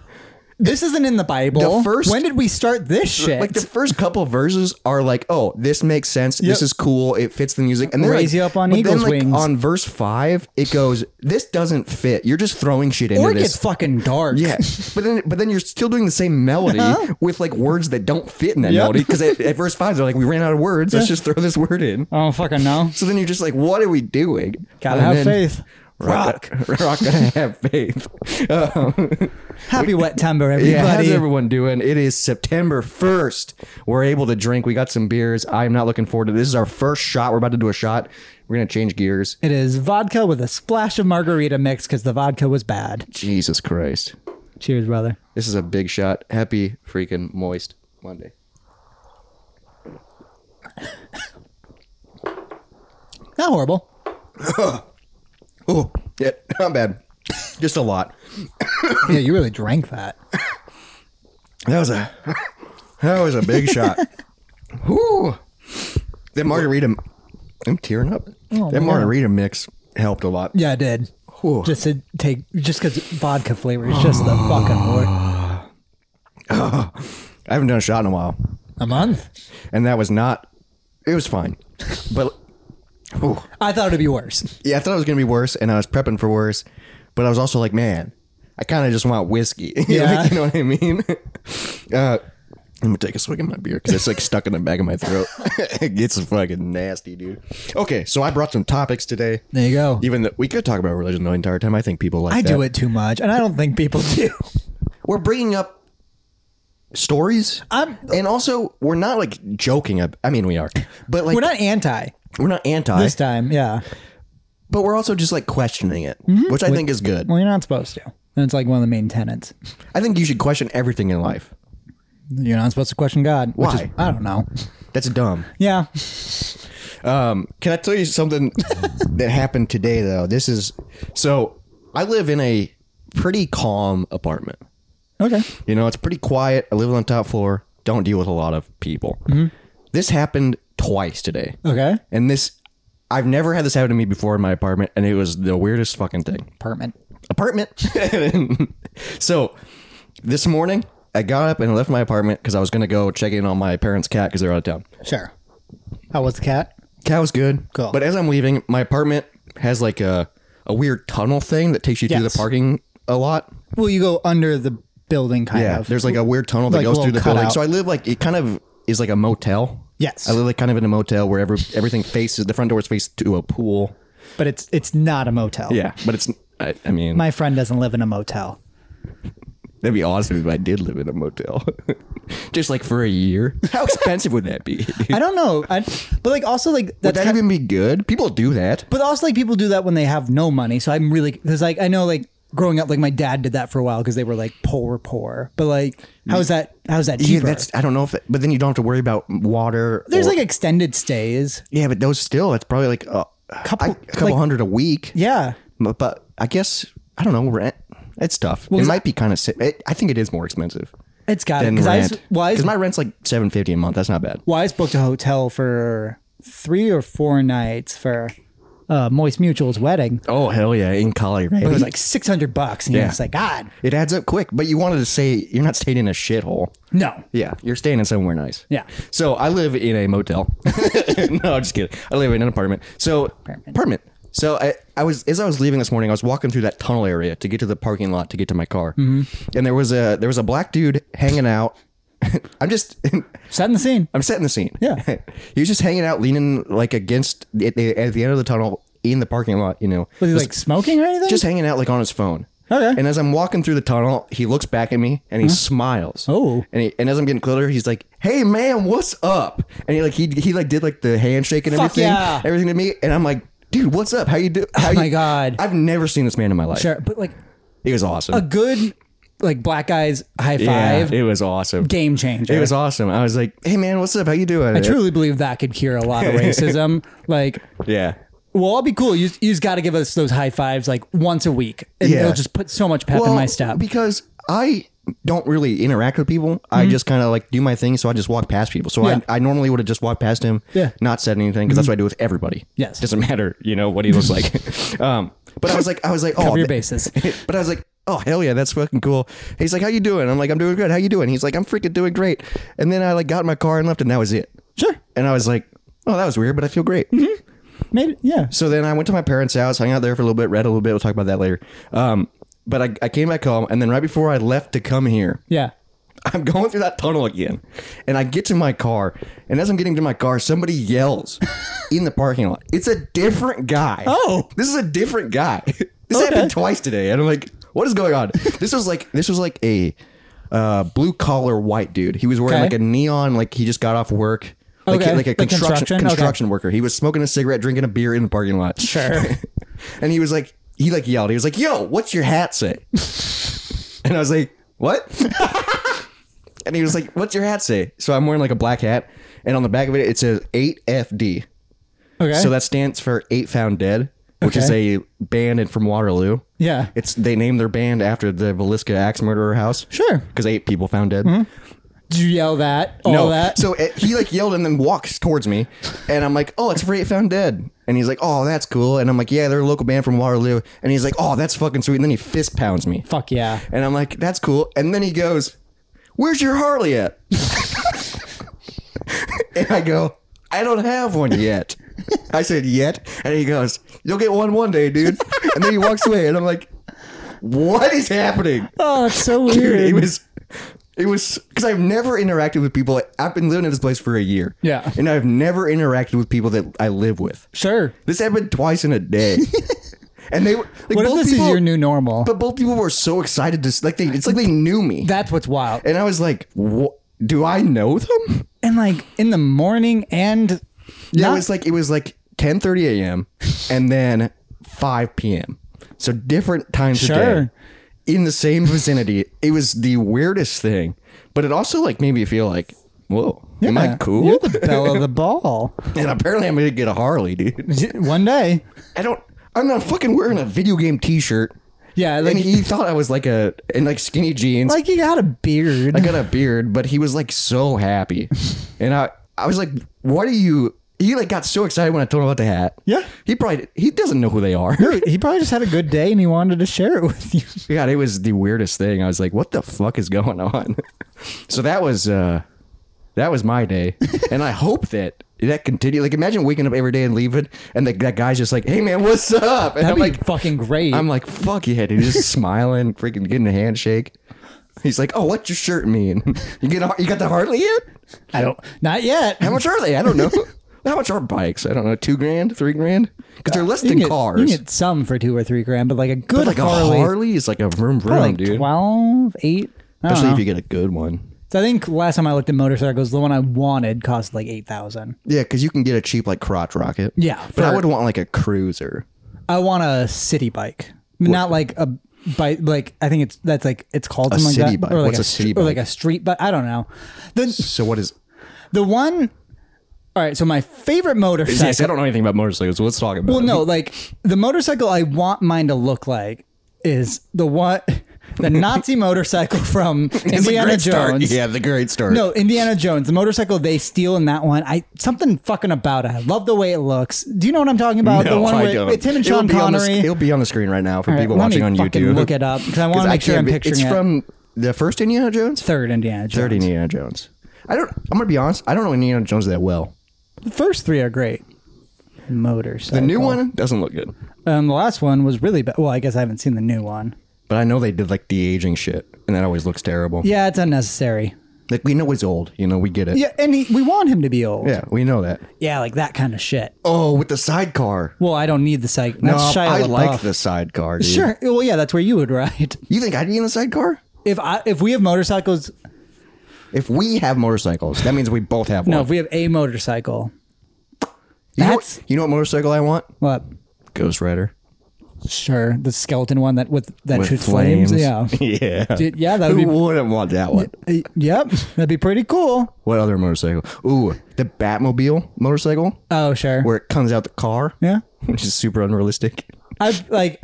This isn't in the Bible.
The first-
when did we start this shit?
like the first couple verses are like, oh, this makes sense. This is cool. It fits the music. And then
Raise
like,
you up on
but
eagle's
then, like,
wings.
On verse five, it goes, this doesn't fit. You're just throwing shit into
or it
this.
gets fucking dark. [LAUGHS]
Yeah, but then but then you're still doing the same melody with like words that don't fit in that
Uh-huh. Yep.
melody because at, at verse five they're like we ran out of words. Let's just throw this word in.
I don't fucking
[LAUGHS]
know.
So then you're just like, what are we doing?
Gotta
And
have
then-
faith.
Rock, [LAUGHS] rock, gotta
[LAUGHS]
have faith. Um,
Happy wet timber,
yeah, how's
everybody.
everyone doing? It is September first. We're able to drink. We got some beers. I am not looking forward to this. This is our first shot. We're about to do a shot. We're gonna change gears.
it is vodka with a splash of margarita mix because the vodka was bad.
Jesus Christ,
Cheers, brother.
this is a big shot. Happy freaking moist Monday.
Not horrible.
Oh, yeah, not bad. Just a lot.
yeah, you really drank that.
That was a that was a big [LAUGHS] shot. Whoo! That margarita, I'm tearing up.
Oh,
that
man.
margarita mix helped a lot.
Yeah, I did.
Whew.
Just to take, just because vodka flavor is just the fucking word.
I haven't done a shot in a while,
A month.
and that was not. It was fine, but whew.
I thought it'd be worse.
yeah, I thought it was gonna be worse, and I was prepping for worse. But I was also like, man, I kind of just want whiskey. [LAUGHS]
Yeah.
Like, you know what I mean. [LAUGHS] uh, I'm gonna take a swig of my beer because it's like stuck in the back of my throat. [LAUGHS] it gets fucking nasty, dude. Okay, so I brought some topics today.
There you go.
Even though we could talk about religion the entire time, I think people like
Oh. I
that.
do it too much, and I don't think people do. [LAUGHS]
We're bringing up stories,
I'm-
and also we're not like joking. ab- I mean, we are, but like
We're not anti
we're not anti,
this time. Yeah.
but we're also just like questioning it,
Mm-hmm.
which I think is good.
Well, you're not supposed to. And it's like one of the main tenets.
I think you should question everything in life.
You're not supposed to question God. Which Is,
Why?
I don't know.
That's dumb.
Yeah.
Um, can I tell you
[LAUGHS]
something that happened today though? This is so I live in a pretty calm apartment.
Okay.
You know, it's pretty quiet. I live on the top floor. Don't deal with a lot of people.
Mm-hmm.
This happened twice today.
Okay.
And this, I've never had this happen to me before in my apartment, and it was the weirdest fucking thing.
Apartment.
Apartment. [LAUGHS] so this morning, I got up and left my apartment because I was going to go check in on my parents' cat because they're out of town.
Sure. How was the cat?
Cat was good.
Cool.
But as I'm leaving, my apartment has like a, a weird tunnel thing that takes you through
Yes.
the parking a lot.
Well, you go under the building, kind
Yeah,
of.
there's like a weird tunnel that
Like a
goes through the
little
building.
cutout.
So I live like it kind of is like a motel.
Yes.
I live like kind of in a motel where every, everything faces the front doors face to a pool.
but it's it's not a motel.
Yeah, but it's I, I mean
My friend doesn't live in a motel.
that'd be awesome if I did live in a motel, [LAUGHS] just like for a
[LAUGHS]
year. How expensive would that be?
I don't know. I, but like also like
would
that's
that
kind
even be good? People do that.
but also like people do that when they have no money. So I'm really because like I know like growing up like my dad did that for a while because they were like poor poor. But like how's that how's that cheaper?
I don't know if. But then you don't have to worry about water.
there's
or-
like extended stays.
yeah, but those still that's probably like uh, a couple,
Couple-
a couple
like-
hundred a week.
Yeah.
but, but I guess I don't know rent. It's tough. it
'cause
might be kind of. It, I think it is more expensive
It's got it
than
because Uh, I
rent.
s- well, I s-
Because my rent's like seven fifty a month. That's not bad.
Well, I just booked a hotel for three or four nights for uh, Moist Mutual's wedding.
Oh hell yeah! In Cali, right?
It was like six hundred bucks, and
Yeah.
you're just like, God,
It adds up quick, but you wanted to say you're not staying in a shithole.
no.
Yeah, you're staying in somewhere nice.
Yeah.
So I live in a motel. [LAUGHS] no, I'm just kidding. I live in an apartment. So apartment. So I, I was as I was leaving this morning, I was walking through that tunnel area to get to the parking lot to get to my car,
Mm-hmm.
and there was a there was a black dude hanging out. [LAUGHS] I'm just [LAUGHS]
Setting the scene.
I'm setting the scene.
Yeah.
[LAUGHS] he was just hanging out, leaning like against at the, at the end of the tunnel in the parking lot. You know,
Was he
Just-
like smoking or anything?
just hanging out like on his phone.
Okay.
And as I'm walking through the tunnel, he looks back at me and he smiles.
Oh.
And he, and as I'm getting closer, he's like, "Hey man, what's up?" And he like he he like did like the handshake and
Fuck
everything,
yeah. Oh
everything to me, and I'm like, "Dude, what's up? How you do?" How
my
you-"
God.
I've never seen this man in my life.
sure, but like
He was awesome.
a good like black guys high
yeah,
five
it was awesome.
game changer.
It was awesome. I was like, "Hey man, what's up? How you doing?"
I truly believe that could cure a lot of
[LAUGHS]
racism. like,
yeah.
well, I'll be cool. You you just got to give us those high fives like once a week, and
Yeah.
it'll just put so much pep in my step.
because I don't really interact with people. I just kind of like do my thing, so I just walk past people. So
Mm-hmm. Yeah.
I, I normally would have just walked past him,
Yeah. Mm-hmm.
not said anything, because that's what I do with everybody.
Yes.
doesn't matter, you know, what he looks like. [LAUGHS] um, but I was like, I was like, oh, [LAUGHS]
Cover your
th-
bases.
but I was like, oh hell yeah, that's fucking cool. He's like, how you doing? I'm like, I'm doing good. How you doing? He's like, I'm freaking doing great. And then I like got in my car and left, and that was it.
Sure.
And I was like, oh, that was weird, but I feel great.
Made it. Yeah.
So then I went to my parents' house, hung out there for a little bit, read a little bit. We'll talk about that later. Um, but I, I came back home, and then right before I left to come here, [LAUGHS]
Yeah.
I'm going through that tunnel again, and I get to my car, and as I'm getting to my car,
[LAUGHS]
somebody yells in the parking lot. It's a different guy.
Oh.
this is a different guy. [LAUGHS] This
Okay.
happened twice today, and I'm like, what is
[LAUGHS]
going on? this was like this was like a uh, blue collar white dude. He was wearing
Okay.
like a neon, like he just got off work. Like,
Okay.
like a
Like
construction
construction?
construction,
Okay.
worker. He was smoking a cigarette, drinking a beer in the parking lot.
Sure.
[LAUGHS] and he was like, he like yelled. He was like, "Yo, what's your hat say?" [LAUGHS] and I was like, "What?" [LAUGHS] And he was like, "What's your hat say?" So I'm wearing like a black hat, and on the back of it it says 8FD.
Okay.
So that stands for Eight Found Dead, which is
Okay.
a band in from Waterloo.
Yeah.
It's they named their band after the Velisca axe murderer house.
Sure. Mm-hmm.
because eight people found dead.
Did you yell that? All
No,
that?
so it, he like yelled and then walks towards me, and I'm like, "Oh, it's for Eight Found Dead," and he's like, "Oh, that's cool," and I'm like, "Yeah, they're a local band from Waterloo," and he's like, "Oh, that's fucking sweet," and then he fist pounds me.
Fuck
[LAUGHS]
yeah.
And I'm like, that's cool. And then he goes, Where's your Harley at? [LAUGHS] and I go, I don't have one yet. I said, Yet? And he goes, You'll get one one day, dude. And then he walks away. And I'm like, What is happening?
Oh, that's so
Dude,
weird.
it was. It was because I've never interacted with people. I've been living in this place for a year.
Yeah.
And I've never interacted with people that I live with.
sure.
This happened twice in
[LAUGHS]
a day. and they were. Like,
What if
both
this
people-
is your new normal?
but both people were so excited to like they. It's like they knew me,
that's what's wild.
and I was like, "Wha- "Do I know them?"
And like in the morning and
Yeah,
not-
it was like it was like 10:30 a.m. and then 5 p.m. So different times
Sure.
of day in the same vicinity. It was the weirdest thing, but it also like made me feel like, "Whoa, am I
Yeah.
cool?"
You're the bell of the ball.
[LAUGHS] and apparently, I'm gonna get a Harley, dude.
One day.
I don't. I'm not fucking wearing a video game T-shirt.
Yeah,
Like
like
he thought I was like a in like skinny jeans.
like you got a beard.
I
[SIGHS]
got a beard, but he was like
[LAUGHS]
so happy, and I I was like, "What are you?" He like got so excited when I told him about the hat.
Yeah.
he probably he doesn't know who they are.
[LAUGHS]
[LAUGHS]
he probably just had a good day and he wanted to share it with you.
God, it was the weirdest thing. I was like, "What the fuck is going on?" [LAUGHS] so that was uh that was
[LAUGHS]
my day, and I hope that that continued. Like, imagine waking up every day and leaving, and like that guy's just like, "Hey man, what's up?" And
That'd
I'm
be
like,
fucking great.
I'm like, fuck yeah, dude.
[LAUGHS]
Just smiling, freaking getting a handshake. He's like, oh, what's your shirt mean? [LAUGHS] You get a, you got the Harley yet?
I don't not yet.
How much are they? I
[LAUGHS]
don't know. How much are bikes? I don't know. Two grand, three grand? Because they're less than
Uh, you can get,
cars.
You can get some for two or three grand, but like a good
But like
Harley,
a Harley is like a vroom vroom,
like
dude.
twelve, eight. I don't
Especially
know.
if you get a good one.
so I think last time I looked at motorcycles, the one I wanted cost like eight thousand.
Yeah, because you can get a cheap like crotch rocket.
Yeah,
but I
for-
would want like a cruiser.
I want a city bike, not like a bike. Like I think it's that's like it's called something
city
like that,
bike.
or like
What's
a,
a city
or like
bike?
a street bike. I don't know. The
So what is?
the one. All right, so my favorite motorcycle.
Yes, I don't know anything about motorcycles. Let's talk about.
Well, no, like the motorcycle I want mine to look like is the what
[LAUGHS]
the Nazi motorcycle from Indiana Jones.
Yeah, the great start.
No, Indiana Jones, the motorcycle they steal in that one. I something fucking about it. I love the way it looks. Do you know what I'm talking about? the
No,
one
I
where
don't.
it's him and
It'll
Sean
be on the
Connery.
sc- it'll be on the screen right now for
All right,
people
let
watching
me
on
fucking
YouTube.
Look it up because I want
[LAUGHS] 'Cause
to
I
make sure I'm
can't be-
picturing
It's
it.
from the first Indiana Jones,
third Indiana Jones.
third Indiana Jones. I don't. I'm gonna be honest. I don't know Indiana Jones that well.
The first three are great. Motorcycle.
The new one doesn't look good,
Um, the last one was really bad. Well, I guess I haven't seen the new one.
but I know they did like de aging shit, and that always looks terrible.
Yeah, it's unnecessary.
Like we know he's old. You know we get it.
Yeah, and he, we want him to be old.
Yeah, we know that.
Yeah, like that kind of shit.
Oh, with the sidecar.
Well, I don't need the psych. That's
no,
Shia
I
LaBeouf.
like the sidecar. Dude.
Sure. Well, yeah, that's where you would [LAUGHS] ride.
You think I'd be in the sidecar?
If I if we have motorcycles,
If we have motorcycles, that means we both have one.
no, if we have a motorcycle,
you, know
that's-
what, you know what motorcycle I want?
what?
Ghost Rider.
Sure, the skeleton one that with that
With
shoots flames. Yeah.
[LAUGHS] Yeah.
Dude, yeah, that would
Who
be-
wouldn't want that [LAUGHS] one?
Uh, Yep, that'd be pretty cool.
What other motorcycle? Ooh, the Batmobile motorcycle
Oh, sure.
where [LAUGHS] it comes out the car,
yeah,
which is super unrealistic.
I like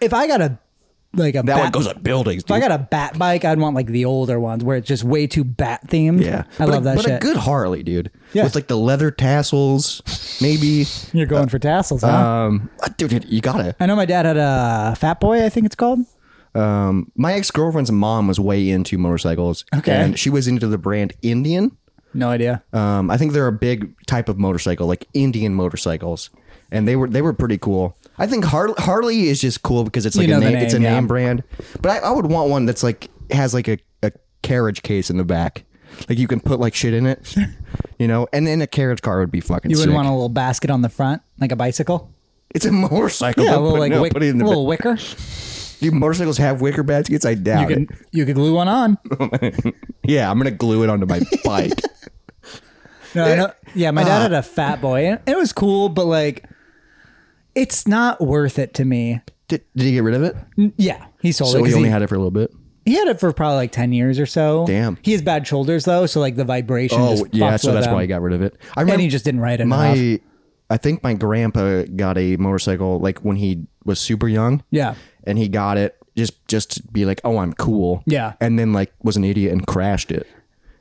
if I got a like a
That one
bat.
goes up buildings.
if I
dude.
got a bat bike, I'd want like the older ones where it's just way too bat themed.
yeah,
I
But
love
a,
that
but
shit.
a good Harley, dude.
Yeah.
with like the leather tassels, maybe.
You're
uh,
going for tassels, huh?
Um, uh, dude, you gotta.
I know my dad had a Fat Boy, I think it's called.
Um, my ex girlfriend's mom was way into motorcycles.
Okay.
and she was into the brand Indian.
No idea.
Um, I think they're a big type of motorcycle, like Indian motorcycles, and they were they were pretty cool. I think Harley, Harley is just cool because it's like
know
a
the
name, it's a
name, yeah.
name brand. But I, I would want one that's like has like a, a carriage case in the back, like you can put like shit
[LAUGHS]
in it, you know. And then a carriage car would be fucking.
You
sick.
wouldn't want a little basket on the front, like a bicycle?
It's a motorcycle.
Yeah, a
Don't
little,
put-
like,
no,
wick-
put it in the
little
back. [LAUGHS]
wicker.
Do motorcycles have wicker baskets? I doubt
You
it.
could, you could glue one on.
Yeah, I'm gonna glue it onto [LAUGHS] my bike.
No, I
[LAUGHS]
know- yeah, my
Ah.
dad had a Fat Boy. And it was cool, but like, it's not worth it to me.
did, did he get rid of it?
Yeah, he sold it.
So
'cause
he
he
only had it for a little bit.
He had it for probably like ten years or so.
Damn.
He has bad shoulders though, so like the vibration.
Oh
just
yeah,
fucks
so
with
that's
him.
why he got rid of it. I
And he just didn't ride it
my
enough.
i think my grandpa got a motorcycle like when he was super young
Yeah.
and he got it just just to be like oh i'm cool
Yeah.
and then like was an idiot and crashed it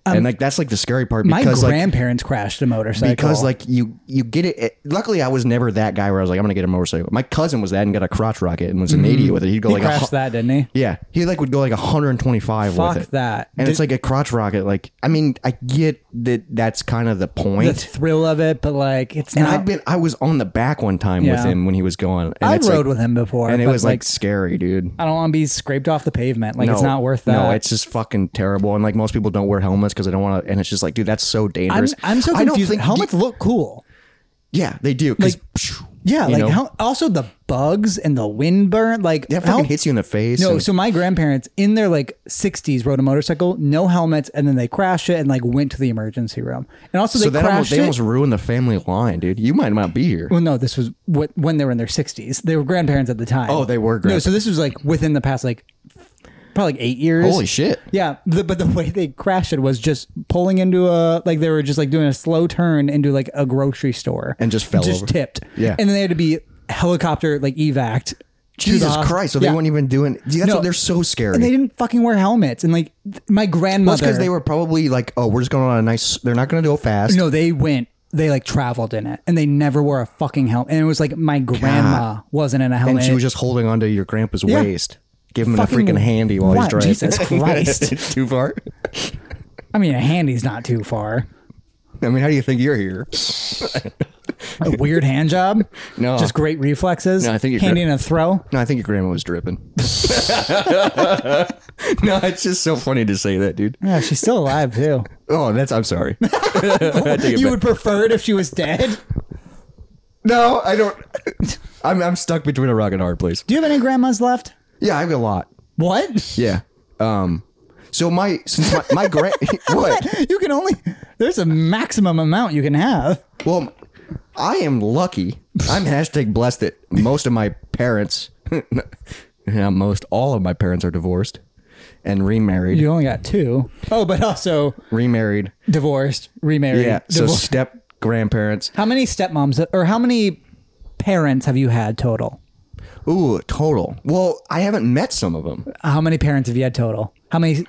and like that's like the scary part
My
because like
grandparents crashed a motorcycle
because like you you get it, it- luckily i was never that guy where i was like i'm gonna get a motorcycle my cousin was that and got a crotch rocket and was an idiot with it he'd go
Mm-hmm. he
like a
crashed
hu-
that, didn't he?
yeah he like would go like 125
Fuck
with it
that.
and
Did-
it's like a crotch rocket like i mean i get that that's kind of the
The
point
thrill of it, but like it's
and
not.
I've been I was on the back one time with
Yeah.
him when he was going. And
I
it's
rode
like,
with him before,
and it
but,
was like, scary, dude.
I don't want to be scraped off the pavement. Like it's not worth that.
No, it's just fucking terrible. And like most people don't wear helmets because they don't want to. And it's just like, dude, that's so
I'm,
dangerous.
I'm so
I don't
confused.
think
Helmets look cool.
Yeah, they do. 'cause,
Like,
phew,
Yeah,
you
like
know,
hel- also the bugs and the wind burn. Like
that fucking
hel-
hits you in the face.
No,
and-
so my grandparents in their like 60s rode a motorcycle, no helmets, and then they crashed it and like went to the emergency room. And also they
so that
crashed
almost,
it.
they almost ruined the family line, dude. You might not be here.
well, no, this was what, when they were in their 60s. They were grandparents at the time.
Oh, they were
No,
grandpa-
so this was like within the past like probably like eight years.
Holy shit.
Yeah, the, but the way they crashed it was just pulling into a like they were just like doing a slow turn into like a grocery store
And just fell
just
over.
tipped.
Yeah.
and then they had to be helicopter like evac. to the
Jesus
hos-
Christ! So they
Yeah.
weren't even doing. Dude, that's
No.
what they're so scary.
And they didn't fucking wear helmets. And like th- my grandmother,
because they were probably like, oh, we're just going on a nice. They're not going to go fast.
No, they went. They like traveled in it, and they never wore a fucking helmet. And it was like my grandma wasn't in a helmet.
and she was just holding onto your grandpa's waist. Give him
Fucking-
a freaking handy while
What?
he's driving. [LAUGHS]
Jesus Christ.
It's too far.
I mean, a handy's not too far.
I mean, how do you think you're here?
A weird hand
[LAUGHS]
job.
No.
just great reflexes.
Oh. No, I think you're
handy in a throw.
No, I think your grandma was dripping. [LAUGHS] no, it's just so funny to say that, dude.
Yeah, she's still alive too.
Oh, that's I'm sorry. [LAUGHS]
you would prefer it if she was dead.
No, I don't. [LAUGHS] I'm I'm stuck between a rock and a hard place.
Do you have any grandmas left?
Yeah, I have a lot.
What?
Yeah. Um. So my since my, my grand [LAUGHS]
[LAUGHS]
what?
You can only. There's a maximum amount you can have.
Well, I am lucky. I'm hashtag blessed that most of my parents, [LAUGHS] yeah, most all of my parents are divorced and remarried.
You only got two. Oh, but also
Remarried.
divorced, remarried.
Yeah. So
divorced.
step grandparents.
How many stepmoms or how many parents have you had total?
Ooh, total. Well, I haven't met some of them.
How many parents have you had total? How many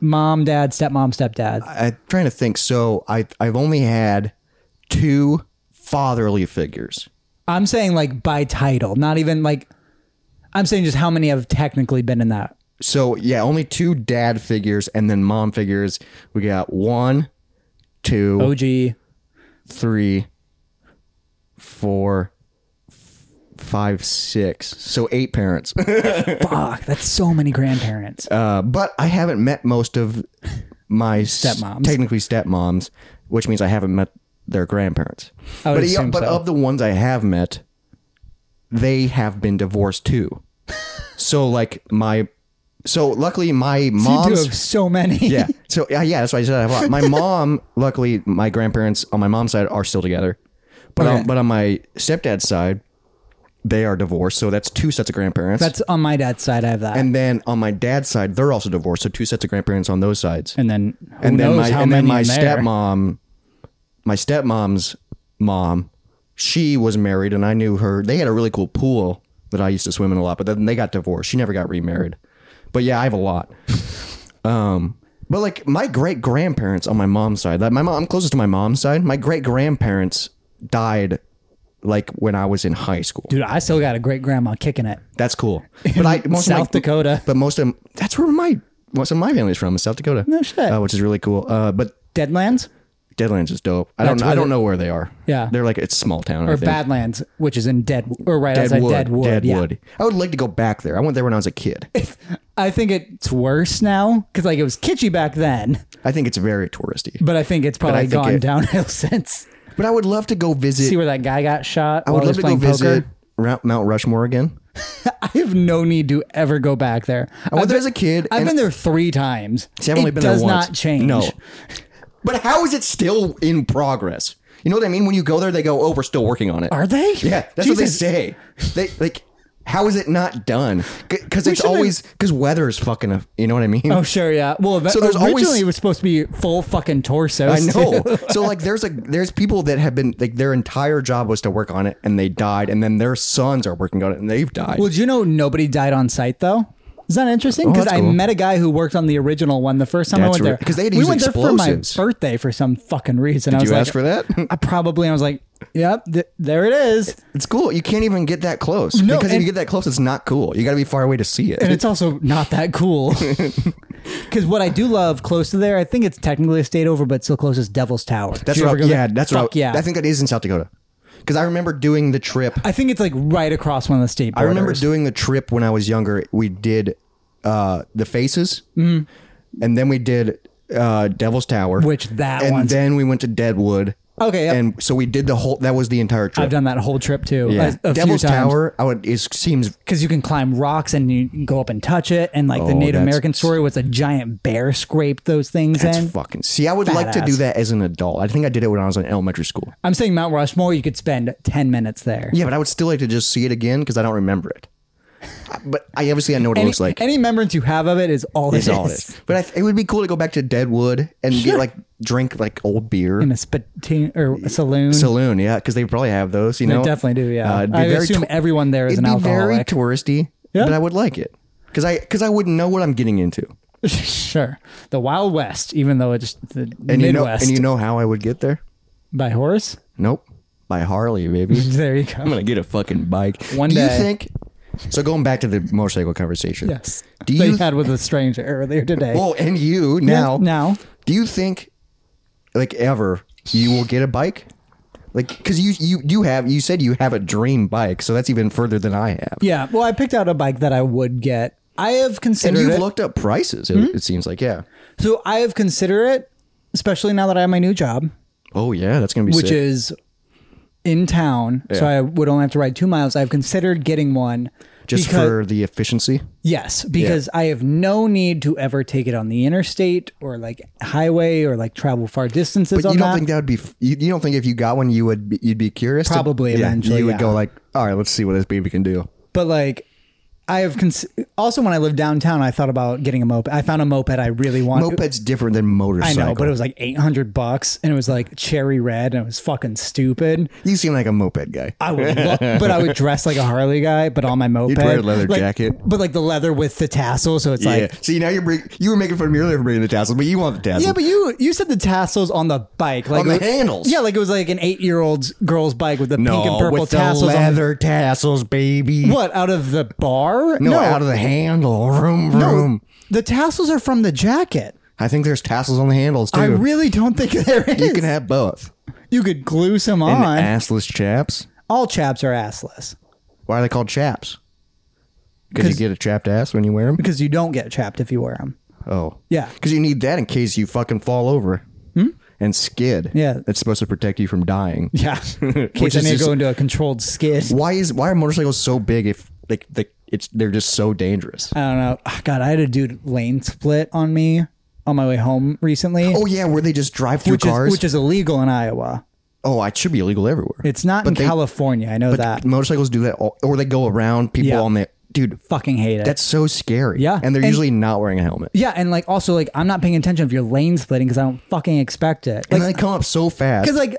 mom, dad, stepmom, stepdad?
I'm trying to think. So I I've only had two fatherly figures.
I'm saying like by title, not even like I'm saying just how many have technically been in that.
So yeah, only two dad figures and then mom figures. We got one, two.
OG.
three, four, f- five, six. So
[LAUGHS]
eight parents.
Fuck, that's so many grandparents.
Uh, but I haven't met most of my s-
Stepmoms.
technically stepmoms, which means I haven't met their grandparents.
I would
but
assume
but
so.
of the ones I have met, they have been
[LAUGHS]
divorced too. so like my, so luckily my
you do
mom's
have so many.
yeah. So yeah, yeah, that's why I said I have a lot. My
[LAUGHS]
mom, luckily, my grandparents on my mom's side are still together, but
Okay.
on, but on my stepdad's side, they are divorced. So that's two sets of
[LAUGHS]
grandparents.
That's on my dad's side. I have that. And,
and then on my dad's side, they're also divorced. So two sets of grandparents on those sides.
then who
And then
knows
my
how
and then
many
my
in there.
stepmom, my stepmom's mom, she was married, and I knew her. They had a really cool pool that I used to swim in a lot. But then they got divorced. She never got remarried. But yeah, I have
[LAUGHS]
a lot. Um, but like my great grandparents on my mom's side, like my mom, I'm closest to my mom's side. My great grandparents died like when I was in high school.
Dude, I still got a great grandma kicking it. [LAUGHS]
That's cool. But I most of my-
South Dakota.
But most of that's where my most of my family's from is South Dakota.
No shit.
Uh, which is really cool. Uh, but
Deadlands
Deadlands is dope. I don't
That's
I
where
don't
the-
know where they are.
Yeah.
they're like it's a small town. I
or
think.
Badlands, which is in Dead or right outside
Deadwood.
Deadwood. yeah.
Deadwood. I would like to go back there. I went there when I was a kid.
[LAUGHS] I think it's worse now because like it was kitschy back then,
I think it's very touristy.
but I think it's probably
I think
gone
it-
downhill [LAUGHS] since.
But I would love to go visit.
See where that guy got shot.
I
while
would
he
love
was
to go
playing
visit
poker?
Ra- Mount Rushmore again.
[LAUGHS] I have no need to ever go back there.
I went there as a kid.
I've
and-
been there three times.
See, I've only
it
been
does
there once.
not change.
No. But how is it still in progress? You know what I mean? When you go there, they go, "Oh, we're still working on it."
Are they?
Yeah, that's what they
Jesus.
say. They like, how is it not done? Because it's
should've-
always because weather is fucking. Up, you know what I mean?
Oh sure, yeah. Well, that,
So there's
originally
always-
it was supposed to be full fucking
I
torsos.
know.
too.
[LAUGHS] so like, there's like there's people that have been like their entire job was to work on it, and they died, and then their sons are working on it, and they've died.
Well, do you know nobody died on site though? Is that interesting? Because
Oh, that's
I
cool.
met a guy who worked on the original one the first time I
That's
went
re-
there.
'cause they had to
we
use
went
explosives.
there for my birthday for some fucking reason. I
Did
was
you
like,
ask for that?
[LAUGHS]
[LAUGHS]
I probably. I was like, yep, th- there it is.
It's cool. You can't even get that close because if
and-
you get that close, it's not cool. You got to be far away to see it.
And it's also not that
[LAUGHS]
cool. Because what I do love close to there, I think it's technically a state over, but still close is Devil's Tower. Did
That's
you
what.
ever
I,
go
yeah,
there?
that's
Fuck
what. I,
yeah.
I think that is in South Dakota because I remember doing the trip.
I think it's like right across one of the state
I
borders.
remember doing the trip when I was younger. We did uh, the faces, and then we did uh, Devil's Tower,
Mm-hmm. Which that
and
one's-
then we went to Deadwood.
Okay, yep.
and so we did the whole. That was the entire trip.
I've done that whole trip too.
yeah.
a- a few
Devil's
times.
Tower. I would. It seems
because you can climb rocks and you can go up and touch it. And like the Native
Oh, that's-
American story was a giant bear scraped those things
it's
in.
fucking. See, I would like to do
badass.
that as an adult. I think I did it when I was in elementary school.
I'm saying Mount Rushmore, you could spend 10 minutes there.
Yeah, but I would still like to just see it again because I don't remember it. I- But I obviously I know what it
Any, [LAUGHS]
looks like.
any remembrance you have of it is all
It's
it
all it
is.
is. But I, th- it would be cool to go back to Deadwood and get like drink like old beer.
In a spittoon or a saloon.
saloon, yeah, because they probably have those. You know,
definitely do, yeah.
it'd be
I
very
assume everyone there is
it'd
an
be
alcoholic.
Very touristy,
Yeah.
but I would like it because I because I wouldn't know what I'm getting into.
[LAUGHS] sure. The Wild West, even though it's the
And you know,
Midwest.
and you know how I would get there?
By horse? [LAUGHS]
Nope, by Harley, baby.
There you
I'm
go.
gonna get a fucking bike
One
Do
day.
you think? So going back to the motorcycle conversation.
Yes.
[LAUGHS] Do
that
you?
had with a stranger earlier today.
oh, and you now
now.
Do you think, like ever, you will get a bike? Like, because you you you have you said you have a dream bike, so that's even further than I have.
Yeah. Well, I picked out a bike that I would get. I have
And
considered
you've
it. Hmm?
looked up prices. It, it seems like yeah.
so I have considered it, especially now that I have my new job.
Oh yeah, that's gonna be
which is in town. So I would only have to ride two miles. I've considered getting one
just
because,
for the efficiency.
yes, because I have no need to ever take it on the interstate or like highway or like travel far distances
But
on
you don't
that.
think that would be f- you, you don't think if you got one you would be, you'd be curious to-
Probably
yeah,
eventually,
you would go
yeah.
like all right let's see what this baby can do
but like. I have cons- also when I lived downtown, I thought about getting a moped. I found a moped I really wanted.
moped's different than
I
motorcycle
know, but it was like eight hundred bucks, and it was like cherry red, and it was fucking stupid.
you seem like a moped guy
I would, lo- but I would dress like a Harley guy, but on my moped.
wear a leather
Like-
jacket.
but like the leather with the tassel, so it's like
yeah see now you're bring, you were making fun of me earlier for bringing the tassel but you want the tassel
Yeah, but you you said the tassels on the bike, like
On the handles.
Yeah, like it was like an eight year old girl's bike with the
no
pink and purple
with
tassels.
the
on the-
leather tassels baby
what out of the bar?
no, out of the handle room room
the tassels are from the jacket.
I think there's tassels on the handles too
I really don't think [LAUGHS] there is.
you can have both
you could glue some
and
on.
assless chaps
All chaps are assless
why are they called chaps because you
'Cause-
get a chapped ass when you wear them
because you don't get chapped if you wear them.
Oh.
Yeah. Hmm?
Because you need that in case you fucking fall over and skid.
Yeah.
That's supposed to protect you from dying. [LAUGHS]
Yeah, in case I
is
need to
just-
go into a controlled skid.
Why is why are motorcycles so big if like the it's they're just so dangerous?
I don't know. Ah, God, I had a dude lane split on me on my way home recently,
Oh yeah, where they just drive through
which
cars.
is which is illegal in Iowa.
oh, it should be illegal everywhere.
It's not in
they-
California. I know
but
that.
motorcycles do that, all, or they go around people
Yeah.
on the dude.
Fucking hate it.
That's so scary.
Yeah.
and they're
And-
usually not wearing a helmet.
yeah, and like also like I'm not paying attention if you're lane splitting because I don't fucking expect it.
And
Like
they come up so fast.
because like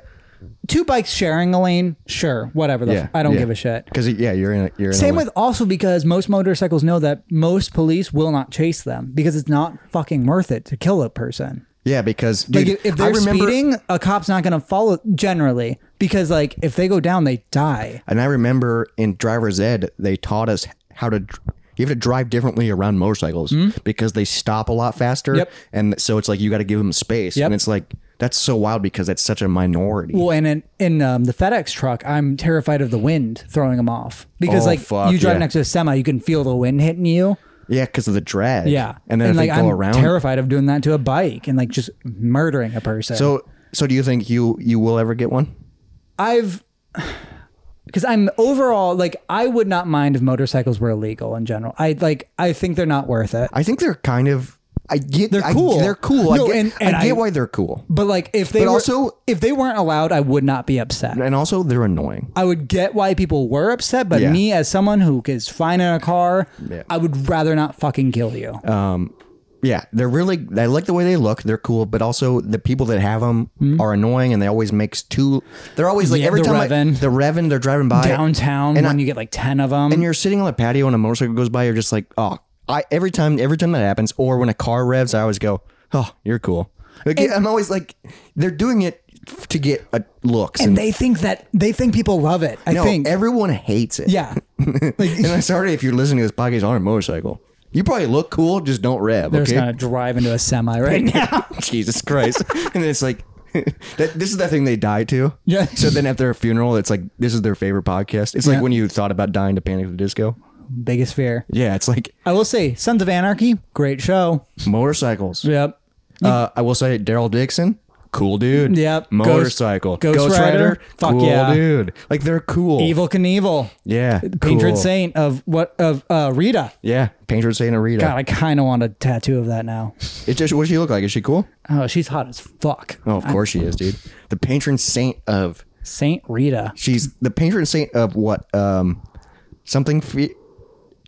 two bikes sharing a lane, sure, whatever. The
Yeah,
f- I don't
yeah.
give a shit.
Because yeah, you're in. A, you're in a
Same
lane.
with also because most motorcycles know that most police will not chase them because it's not fucking worth it to kill a person.
yeah because dude,
Like if, if
I
they're
remember,
speeding, a cop's not going to follow generally because like if they go down, they die.
and I remember in driver's ed they taught us how to. dr- You have to drive differently around motorcycles because they stop a lot faster,
Hmm? Yep.
and so it's like you got to give them space,
Yep.
and it's like that's so wild because that's such a minority.
Well, and in, in um, the FedEx truck, I'm terrified of the wind throwing them off because
Oh,
like
fuck,
you drive
yeah.
next to a semi, you can feel the wind hitting you.
yeah, because of the drag.
Yeah,
and then if
like
they go
I'm
around.
terrified of doing that to a bike and like just murdering a person.
so, so do you think you you will ever get one?
I've [SIGHS] because I'm overall like I would not mind if motorcycles were illegal in general. I like I think they're not worth it.
I think they're kind of. I get
They're
I-
cool.
they're cool.
No,
I get,
and- and
I get
I-
why they're cool,
But like if they
But
were,
also-
if they weren't allowed, I would not be upset.
and also they're annoying.
I would get why people were upset, but
Yeah.
me as someone who is fine in a car,
Yeah. Uh,
I would rather not fucking kill you.
Yeah, they're really. I like the way they look. They're cool, but also the people that have them are annoying, and they always makes two. They're always
Hmm?
like
Yeah,
every
the
time I-
revving.
the revving, they're driving by
Downtown
and
when
I-
you get like ten of them.
and you're sitting on the patio, and a motorcycle goes by. You're just like, oh, I every time every time that happens, or when a car revs, I always go, oh, you're cool. Like, I'm always like, they're doing it to get uh looks, and,
and they think that they think people love it. I
no,
think
everyone hates it. [LAUGHS]
yeah.
and
[LAUGHS]
I'm sorry if you're listening to this podcast on a motorcycle. You probably look cool, just don't rev.
They're
okay?
just gonna drive into a semi right now.
[LAUGHS] Jesus
[LAUGHS]
Christ. and it's like, [LAUGHS] that, this is the thing they die to.
Yeah.
So then at their funeral, it's like, this is their favorite podcast. It's
Yeah.
like when you thought about dying to Panic at the Disco.
Biggest fear.
Yeah, it's like
I will say, Sons of Anarchy, great show.
motorcycles.
Yep.
Uh, I will say Daryl Dixon, cool dude.
Yep.
Motorcycle.
Ghost- Ghost Rider, fuck
cool
yeah.
dude. Like they're cool.
Evil Knievel.
Yeah.
Patron
cool.
saint of what of uh, Rita.
Yeah. Patron Saint of Rita.
God, I kind of want a tattoo of that now.
It just, what does she look like? Is she cool?
Oh, she's hot as fuck.
Oh, of course she is, dude. The patron saint of
Saint Rita.
She's the patron saint of what? Um, something fe-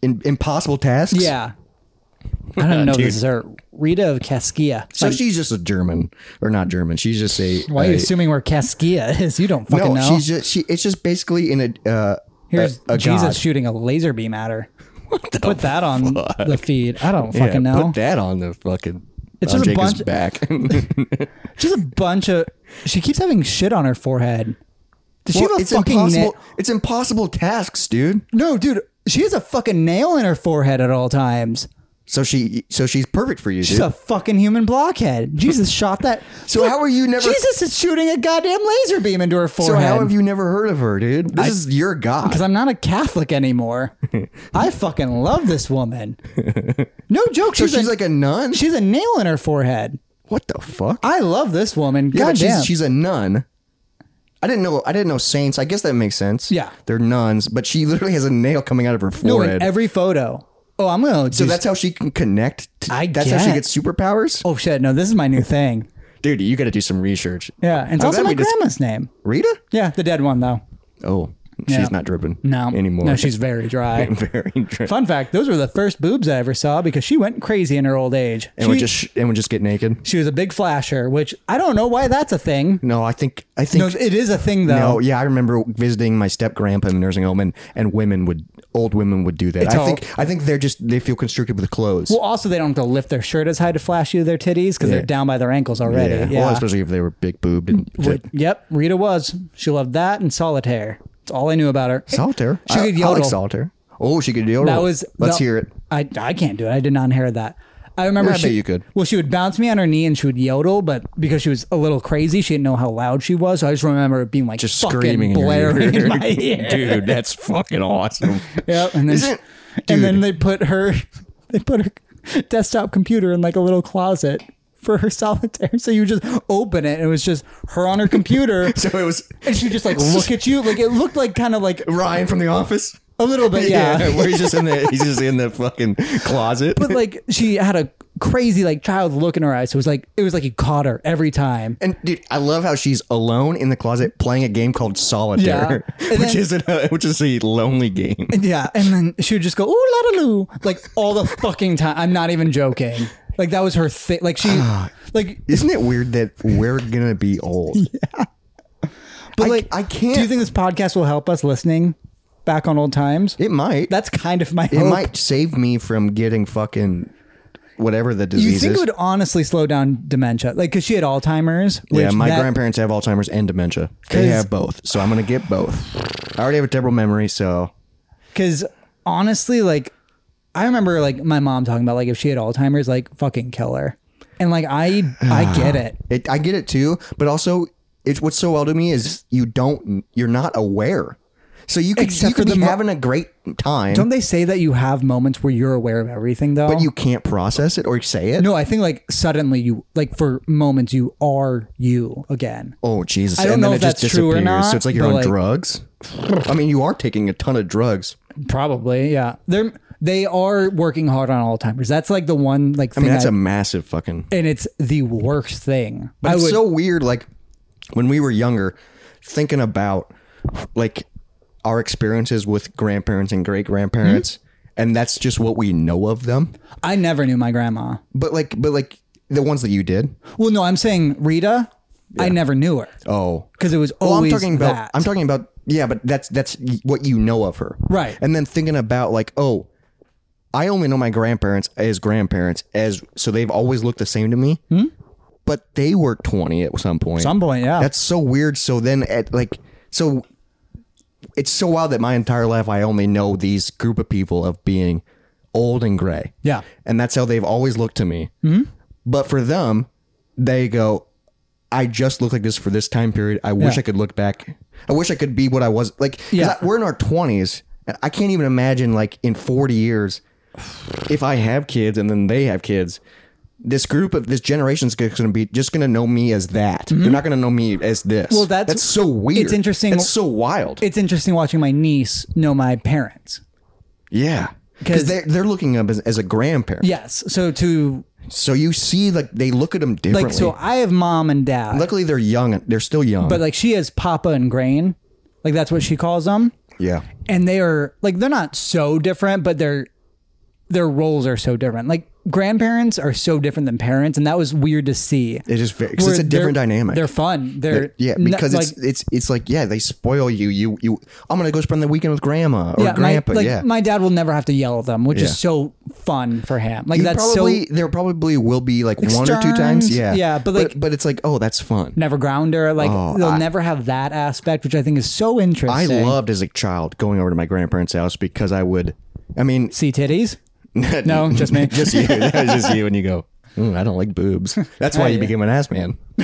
in, impossible tasks.
Yeah. I [LAUGHS] don't know
Dude.
this is her. Rita of Kaskia.
So she's just a German, or not German. She's just a.
Why are you
a-
assuming where Kaskia is? You don't fucking
no,
know.
she's just she. It's just basically in a. Uh,
Here's
a, a
Jesus
god.
shooting a laser beam at
[LAUGHS]
her. put that on the feed. I don't
Yeah,
fucking know.
Put that on the fucking.
It's
on
just a
Jacob's
bunch- [LAUGHS]
back. [LAUGHS]
Just a bunch of. She keeps having shit on her forehead. Does
Well,
she have a
it's
fucking
impossible.
nail?
It's impossible tasks, dude.
No, dude, she has a fucking nail in her forehead at all times.
So she, so she's perfect for you,
She's
dude.
a fucking human blockhead. Jesus shot that.
So how are you never-
Jesus is shooting a goddamn laser beam into her
so
forehead.
how have you never heard of her, dude? This is your god.
Because I'm not a Catholic anymore. I fucking love this woman. No joke.
So
she's,
she's
a, like
like a nun.
she's a nail in her forehead.
what the fuck?
I love this woman.
Yeah, but
goddamn.
she's, she's a nun. I didn't know. I didn't know saints. I guess that makes sense.
Yeah.
they're nuns, but she literally has a nail coming out of her
no,
forehead.
in every photo. Oh, I'm gonna.
so
do-
that's how she can connect. To,
I
that's how she
guess.
gets superpowers.
Oh shit! No, this is my
[LAUGHS]
new thing.
Dude, you got to do some research. Oh,
Yeah, and it's
I'm
also
glad
my
we just-
grandma's name.
Rita.
Yeah, the dead one though.
Oh,
Yeah.
she's not dripping.
No,
anymore.
No, she's very dry.
[LAUGHS] very dripping.
Fun fact: those were the first boobs I ever saw because she went crazy in her old age.
And we
She,
just and we just get naked.
she was a big flasher, which I don't know why that's a thing.
No, I think I
No,
think.
it is a thing though.
No, yeah, I remember visiting my step grandpa in the nursing home, and, and women would, old women would do that. I
all-
think I think they're just they feel constricted with clothes.
Well, also they don't have to lift their shirt as high to flash you their titties because they're
Yeah.
down by their ankles already. Yeah. Mm,
yeah. Well, especially if they were big boobed and
But- yep, Rita was. She loved that and solitaire. That's all I knew about her.
Solitaire.
She
I,
could
I
yodel.
like solitaire. Oh, she could yodel.
That was.
Let's
the-
hear it.
I I can't do it. I did not inherit that. I remember
Yeah, I
she.
bet you could.
Well, she would bounce me on her knee and she would yodel, but because she was a little crazy, she didn't know how loud she was. So I just remember it being like
Just
fucking
screaming in your
blaring
ear.
in my
[LAUGHS]
ear.
Dude, that's fucking awesome.
Yep. And then,
Isn't-
and then they put her, [LAUGHS] they put her desktop computer in like a little closet for her [LAUGHS] solitaire. So you just open it and it was just her on her computer.
[LAUGHS] [LAUGHS] So it was
and she would just like look at you. Like it looked like kind of like
Ryan from The Office.
a little bit, yeah.
[LAUGHS] where he's just in the he's just in the fucking closet.
But like she had a crazy like child look in her eyes. So it was like, it was like he caught her every time.
and dude, I love how she's alone in the closet playing a game called Solitaire,
Yeah. And
[LAUGHS] which
then-
is a which is a
[LAUGHS]
lonely game.
Yeah, and then she would just go ooh la da loo like all the fucking time. I'm not even joking. Like that was her thing.
Ah.
Like she, like
Isn't it weird that we're gonna be old?
But
I-
like,
I can't-
Do you think this podcast will help us listening back on old times?
It might.
That's kind of my
it
hope.
might save me from getting fucking whatever the
you
disease
think
is.
it would honestly slow down dementia? Like, cause she had Alzheimer's.
yeah,
which
my
that-
grandparents have Alzheimer's and dementia. They
'Cause-
have both, so I'm gonna get both. I already have a terrible memory, so
Cause honestly, like, I remember like my mom talking about like if she had Alzheimer's, like fucking kill her. And like I,
[SIGHS]
I get it.
it, I get it too. But also, it's what's so well to me is you don't, you're not aware. So you could,
Except
you could
for
be
the mo-
having a great time,
Don't they say that you have moments where you're aware of everything though?
but you can't process it or say it.
No, I think like suddenly you like for moments you are you again.
Oh Jesus!
I don't
and
know
then
if
it just
that's true or
disappears.
not,
So it's like you're
but,
on
like-
drugs. I mean, you are taking a ton of drugs.
Probably, yeah. They're they are working hard on Alzheimer's. That's like the one like
I
thing
mean, that's
I-
a massive fucking.
and it's the worst thing.
But
I
it's
would
so weird, like when we were younger, thinking about like our experiences with grandparents and great grandparents,
Hmm?
and that's just what we know of them.
I never knew my grandma.
But like, but like the ones that you did.
Well, no, I'm saying Rita. I never knew her
Oh,
because it was
well, I'm
always
talking about.
that.
I'm talking about. Yeah, but that's that's what you know of her,
Right.
And then thinking about like, oh, I only know my grandparents as grandparents, as so they've always looked the same to me.
Hmm?
But they were 20 at some point.
some point, yeah.
That's so weird. So then, at like, so it's so wild that my entire life I only know these group of people of being old and gray.
Yeah.
and that's how they've always looked to me. Mm-hmm. But for them, they go, "I just look like this for this time period. I wish
Yeah.
I could look back. I wish I could be what I was like." 'cause
Yeah.
I- we're in our twenties, and I can't even imagine like in forty years if I have kids and then they have kids, this group of this generation's going to be just going to know me as that. They're not going to know me as this. Well,
Mm-hmm. that's-
that's so weird.
it's interesting-
It's so wild.
it's interesting watching my niece know my parents.
yeah,
'Cause-
because they're they're looking up as, as a grandparent.
Yes, so to
So you see, like they look at them differently.
like, so I have mom and dad,
Luckily, they're young. They're still young.
but like she has Papa and Grain, like that's what she calls them.
yeah,
and they are like they're not so different, but their their roles are so different. Like grandparents are so different than parents, and that was weird to see.
it is very. 'cause It's a
Where
different
they're-
dynamic.
They're fun. They're,
yeah,
not-
because
like,
it's it's it's like yeah, they spoil you. You you. I'm gonna go spend the weekend with grandma or
yeah,
grandpa.
my, like,
yeah,
my dad will never have to yell at them, which
Yeah.
is so fun for him. Like
You
that's
probably
so
there probably will be like one or two times.
Externs.
Yeah,
Yeah, but,
but,
like-
it's like oh, that's fun.
never grounder. Like they'll never have that aspect, which I think is so
Oh, I
interesting.
loved as a child going over to my grandparents' house because I would. I mean,
see
[LAUGHS]
titties. no, just me. [LAUGHS]
just you. [LAUGHS] That was just you, and you go. "Mm, I don't like boobs. That's why you became an ass man. [LAUGHS]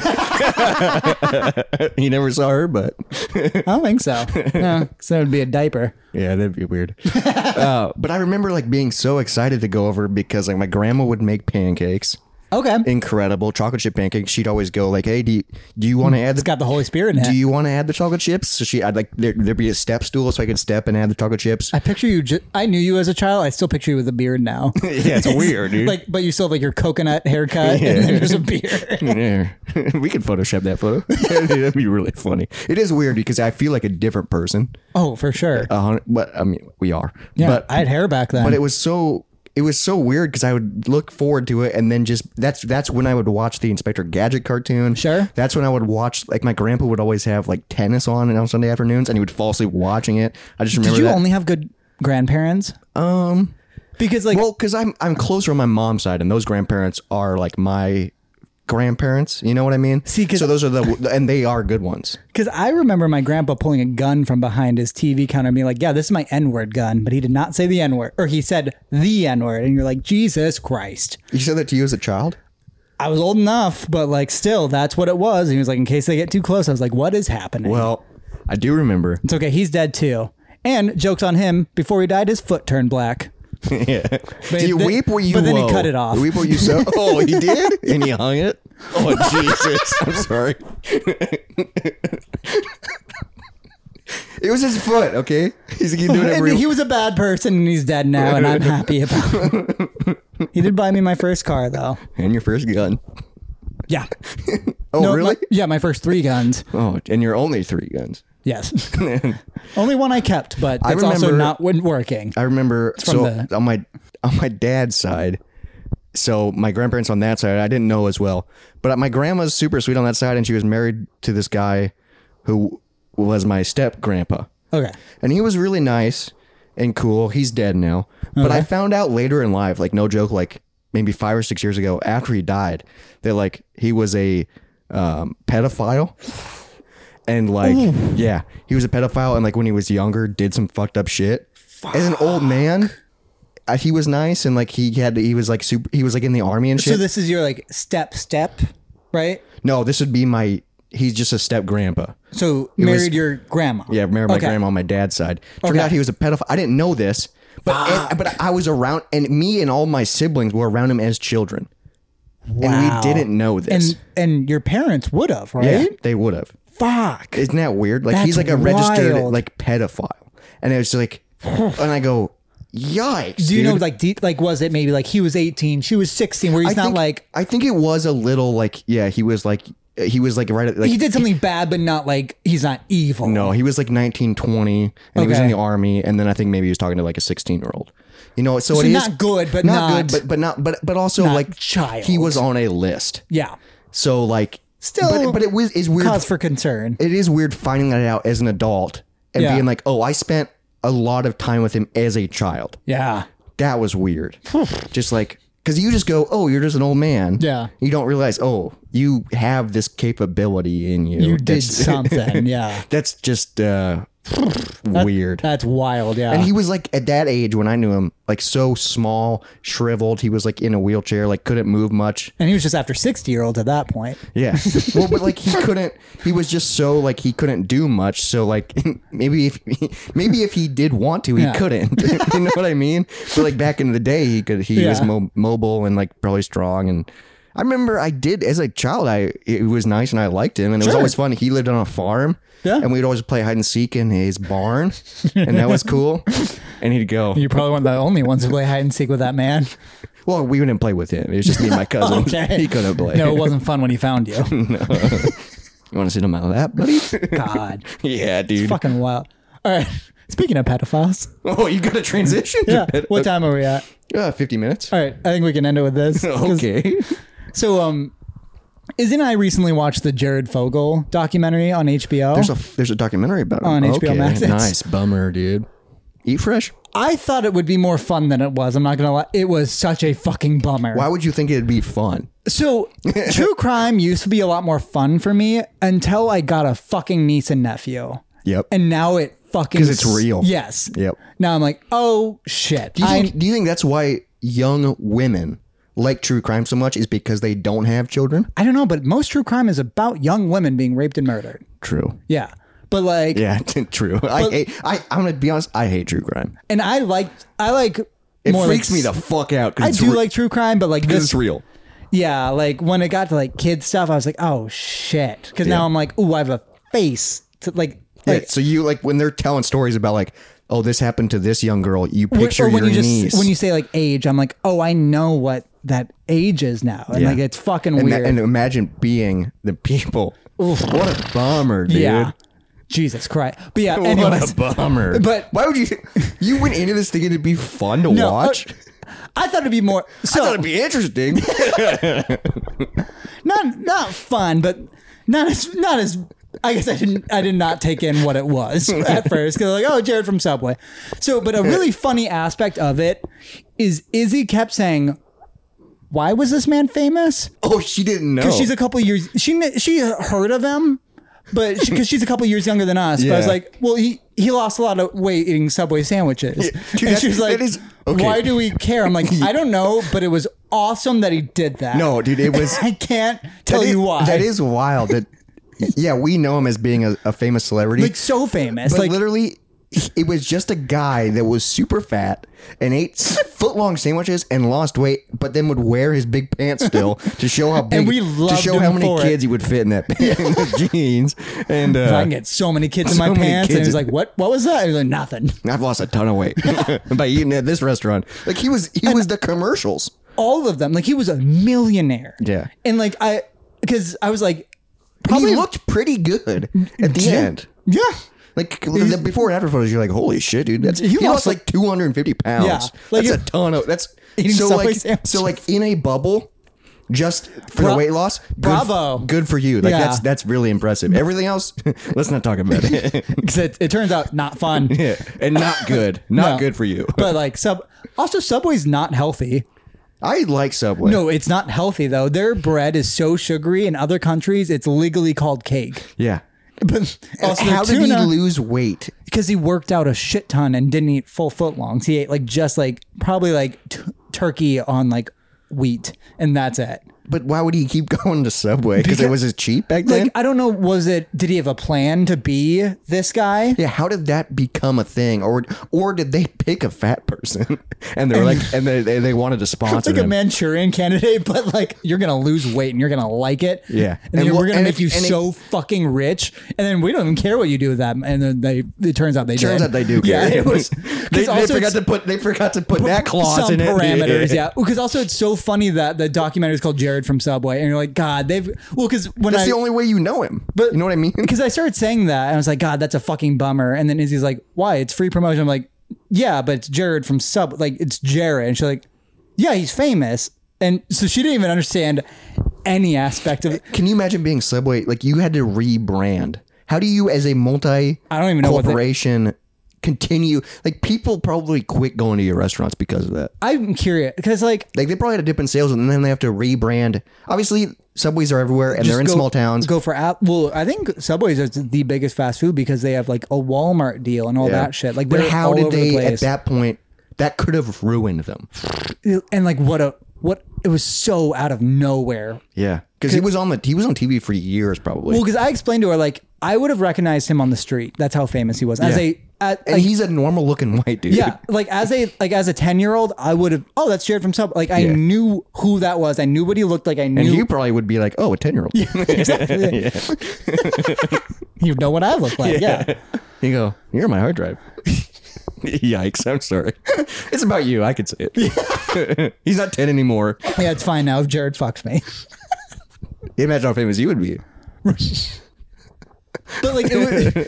you never saw her, but
I don't think so.
[LAUGHS]
No, so it would be a diaper.
yeah, that'd be [LAUGHS] weird. uh, but I remember like being so excited to go over because like my grandma would make pancakes,
Okay,
incredible chocolate chip pancakes. She'd always go like, "Hey, do you, do you want to add the
it's got the Holy Spirit in it.
Do you want to add the chocolate chips? So she, I'd like there, there'd be a step stool so I could step and add the chocolate chips.
I picture you. Ju- I knew you as a child. I still picture you with a beard now.
[LAUGHS] yeah, [LAUGHS] it's weird, dude.
like, but you still have like your coconut
[LAUGHS]
haircut, and then there's a beard. [LAUGHS]
Yeah. [LAUGHS] we could Photoshop that photo. [LAUGHS] That'd be really funny. It is weird because I feel like a different person.
Oh, for sure.
A hundred, but I mean, we are.
yeah,
Uh, But
I had hair back then.
but it was so it was so weird because I would look forward to it and then just that's that's when I would watch the Inspector Gadget cartoon.
Sure.
That's when I would watch like my grandpa would always have like tennis on on Sunday afternoons and he would fall asleep watching it. I just remember
Did you
that.
only have good grandparents? Um, because like
Well, because I'm I'm closer on my mom's side, and those grandparents are like my grandparents. You know what I mean?
See, 'cause-
so those are the and they are good ones.
because I remember my grandpa pulling a gun from behind his TV counter and being like, "Yeah, this is my N word gun," but he did not say the N word, or he said the N word, and you're like, "Jesus Christ!"
You said that to you as a child.
I was old enough, but like still, that's what it was. And he was like, "In case they get too close," I was like, "What is happening?"
Well, I do remember.
It's okay. He's dead too. And jokes on him. Before he died, his foot turned black.
[LAUGHS]
But
you
then-
weep what you
but then he
woe.
cut it off.
You weep what you
[LAUGHS]
sow. Oh, he did, and he hung it. Oh Jesus! I'm sorry. it was his foot. Okay, he's he can do
[LAUGHS] And
whatever.
he was a bad person, and he's dead now, and I'm
[LAUGHS]
happy about. it. he did buy me my first car, though.
and your first gun.
Yeah.
Oh
No,
really?
my- yeah, my first three guns.
oh, and your only three guns. [LAUGHS]
Yes. Only one I kept, but it's also
remember-
not wouldn't working.
I remember
from
so on my on my dad's side. So my grandparents on that side, I didn't know as well. But my grandma's super sweet on that side, and she was married to this guy who was my step grandpa.
Okay.
And he was really nice and cool. He's dead now. But I found out later in life, like no joke, like maybe five or six years ago, after he died, that like he was a um, pedophile. And like, yeah, he was a pedophile. And like when he was younger, did some fucked up shit. As an old man, uh, he was nice and like he had he was like super. He was like in the army and shit.
So this is your like step step, right?
no, this would be my. He's just a step grandpa.
So married your grandma.
Yeah, I remember my
Okay.
grandma on my dad's side. Turned
Okay.
out he was a pedophile. I didn't know this, but and, but I was around, and me and all my siblings were around him as children,
Wow.
and we didn't know this.
And and your parents would have,
yeah,
right?
they would have.
Fuck.
Isn't that weird? Like he's like
That's
a registered
wild.
like pedophile, and it
[SIGHS]
was like, and I go, yikes!
Do you know
dude."
like deep, like was it maybe like he was 18, she was 16 where he's
I
not
think,
like
I think it was a little like yeah, he was like he was like right at like
he did something bad but not like he's not evil.
No, he was like 19, 20, and he was in
Okay.
the army, and then I think maybe he was talking to like a 16 year old. You know, so, it is
not good, but not-
but but not but but also
not
like
child.
He was on a list,
Yeah.
so like
Still
but, but it was is weird.
Cause for concern.
it is weird finding that out as an adult and
Yeah.
being like, oh, I spent a lot of time with him as a child.
Yeah.
That was weird. just like because you just go, oh, you're just an old man.
Yeah.
you don't realize, oh, you have this capability in you.
You did
That's- [LAUGHS]
something. Yeah.
That's just uh, weird.
That's wild. Yeah.
And he was like at that age when I knew him, like so small, shriveled. He was like in a wheelchair, like couldn't move much.
and he was just after 60 year olds at that point.
Yeah. [LAUGHS] well,
[LAUGHS]
but like he couldn't. He was just so like he couldn't do much. So like [LAUGHS] maybe if [LAUGHS] maybe if he did want to, he
Yeah.
couldn't. [LAUGHS] you know what I mean? But like back in the day, he could. He was
Yeah.
mo- mobile and like probably strong. And I remember I did as a child. I it was nice and I liked him, and it was
Sure.
always fun. He lived on a farm.
Yeah.
And we'd always play hide and seek in his barn, and
[LAUGHS]
that was cool. And he'd go.
You're probably one of the only ones
[LAUGHS]
who play hide and seek with that man.
Well, we wouldn't play with him. It was
[LAUGHS]
just me and my cousin.
Okay.
He couldn't play.
No, it wasn't fun when he found
[LAUGHS]
you.
You want to sit on my lap, buddy? [LAUGHS]
God.
yeah, dude.
Fucking wild. All right. Speaking of
[LAUGHS]
pedophiles.
Oh, you got a transition?
Yeah. What time are we at?
Uh, 50 minutes. [LAUGHS]
All right. I think we can end it with this. 'Cause- [LAUGHS]
Okay.
So, um, isn't I recently watched the Jared Fogle documentary on HBO?
There's a there's a documentary about him.
On HBO
okay.
Max, it's-
Nice. Bummer, dude. Eat fresh?
I thought it would be more fun than it was. I'm not gonna lie. It was such a fucking bummer.
Why would you think it'd be fun? [LAUGHS]
So, true crime used to be a lot more fun for me until I got a fucking niece and nephew.
Yep.
And now it fucking
'Cause it's real.
Yes.
Yep.
Now I'm like, oh shit.
do you,
I-
think, do you think that's why young women like true crime so much is because they don't have children?
I don't know, but most true crime is about young women being raped and murdered.
True.
Yeah. But like,
Yeah, [LAUGHS] true. I hate I I'm going to be honest, I hate true crime.
and I like, I like
It
more
freaks
like,
me the fuck out
I
it's
do
re-
like true crime, but like
'cause
this
it's real.
Yeah, like when it got to like kid stuff, I was like, oh shit, because now I'm like, ooh, I have a face to like,
Yeah,
like
so you like when they're telling stories about like, oh, this happened to this young girl. You picture
or when
your
you just
niece,
when you say like age, I'm like, oh, I know what that age is now, and
Yeah.
like it's fucking
and, ma-
weird.
and imagine being the people. What a bummer, dude.
yeah, Jesus Christ. But yeah,
[LAUGHS] What
anyways,
a bummer.
But-
why would you? You went into this thinking it'd be fun to
No, uh,
watch.
I thought it'd be more
I thought
so
it'd
[LAUGHS]
be interesting.
not not fun, but not as not as. I guess I didn't. I did not take in what it
[LAUGHS]
was at first because like, oh, Jared from Subway. So, but a really funny aspect of it is Izzy kept saying, "Why was this man famous?"
oh, she didn't know.
She's a couple years. She kn- she heard of him, but because she's a couple years younger than us. But I was
Yeah.
like, well, he he lost a lot of weight eating Subway sandwiches.
dude,
and
that-
she was like,
that is- okay.
why do we care? I'm like, I don't know, but it was awesome that he did that.
No, dude, it was-
[LAUGHS] I can't tell
That
you
is-
why.
That is wild. That yeah, we know him as being a, a famous celebrity.
like so famous.
But
Like
literally, it was just a guy that was super fat and ate foot long sandwiches and lost weight, but then would wear his big pants
[LAUGHS]
still to show how big,
we
to
loved
show
him
how many
for it.
kids he would fit in that [LAUGHS] in the jeans. And
I
uh,
can get so many
[LAUGHS]
kids in my
so many
pants, and
kids.
he's like, what? What was that? I was like, nothing.
I've lost a ton of weight [LAUGHS] by eating at this restaurant. Like he was, he was the commercials.
All of them. Like he was a millionaire.
Yeah.
and like I, because I was like,
He
probably
looked pretty good at the end.
yeah.
Like the before and after photos, you're like, holy shit, dude! That's he,
lost,
lost, like 250 pounds.
Yeah, like
that's
if-
a ton of that's
[LAUGHS] Eating
so
Subway
like
sandwiches.
so like in a bubble. just for
Bra-
the weight loss. Good f-
Bravo.
good for you. Like
Yeah.
that's that's really impressive. Everything else, [LAUGHS] let's not talk
[LAUGHS]
about it. [LAUGHS]
because it, it turns out not fun.
Yeah. and not good. Not
No.
good for you.
But like sub, also Subway's not healthy.
I like Subway.
No, it's not healthy though. Their bread is so sugary. In other countries, it's legally called cake.
Yeah.
But also
How
their
did he
tuna-
lose weight?
because he worked out a shit ton and didn't eat full footlongs. He ate like just like probably like t- turkey on like wheat, and that's it.
But why would he keep [LAUGHS] going to Subway? Because it was as cheap back then.
Like I don't know, was it? Did he have a plan to be this guy?
yeah, how did that become a thing, or or did they [LAUGHS] pick a fat person [LAUGHS] and they were like, and they they, they wanted to
It's
sponsor
like a
him?
Manchurian candidate, [LAUGHS] but like you're gonna lose weight and you're gonna like it.
Yeah.
and, then
And
we're
wh-
gonna
and
make
it-
you
and it-
so fucking rich, and then we don't even care what you do with that. And then they, it turns out they
Turns
did.
out they do
[LAUGHS] Yeah,
care. [LAUGHS]
it was.
they,
'cause
they
also
forgot
it's-
to put they forgot to put that clause
some
in it. [LAUGHS]
parameters. Yeah, because also it's so funny that the documentary is called Jared from Subway, and you're like, God, they've well, because when
That's
I
the only way you know him. But you know what I mean? [LAUGHS]
because I started saying that, and I was like, God, that's a fucking bummer. And then Izzy's like, Why? It's free promotion. I'm like, Yeah, but it's Jared from Sub. Like, it's Jared. And she's like, Yeah, he's famous. And so she didn't even understand any aspect of it.
Can you imagine being Subway? Like you had to rebrand. How do you, as a multi
I don't even know what they-
corporation, continue? Like people probably quit going to your restaurants because of that.
I'm curious because, like,
Like they probably had a dip in sales, and then they have to rebrand. Obviously, Subways are everywhere, and they're in
go-
small towns.
Go for out. Well, I think Subway's is the biggest fast food because they have like a Walmart deal and all that shit. Like,
but
they're
how
all
did
over
they
the place.
at that point? That could have ruined them.
and like what a what it was so out of nowhere.
Yeah, because he was on the he was on TV for years, probably.
Well, because I explained to her like I would have recognized him on the street. That's how famous he was as
Yeah.
a at,
and
like,
he's a normal looking white dude.
yeah like as a like as a ten year old I would have oh that's Jared from Sub like I
Yeah.
knew who that was I knew what he looked like I
and
knew [LAUGHS]
he probably would be like, "Oh, a ten year old."
[LAUGHS] you know what I look
[LAUGHS]
like yeah,
[LAUGHS] You go, you're on my hard [LAUGHS] drive. Yikes, I'm sorry. [LAUGHS] It's about you. I could say it. [LAUGHS] He's not 10 anymore.
yeah it's fine now if Jared fucks me [LAUGHS]
Imagine how famous you would be.
but like it
[LAUGHS]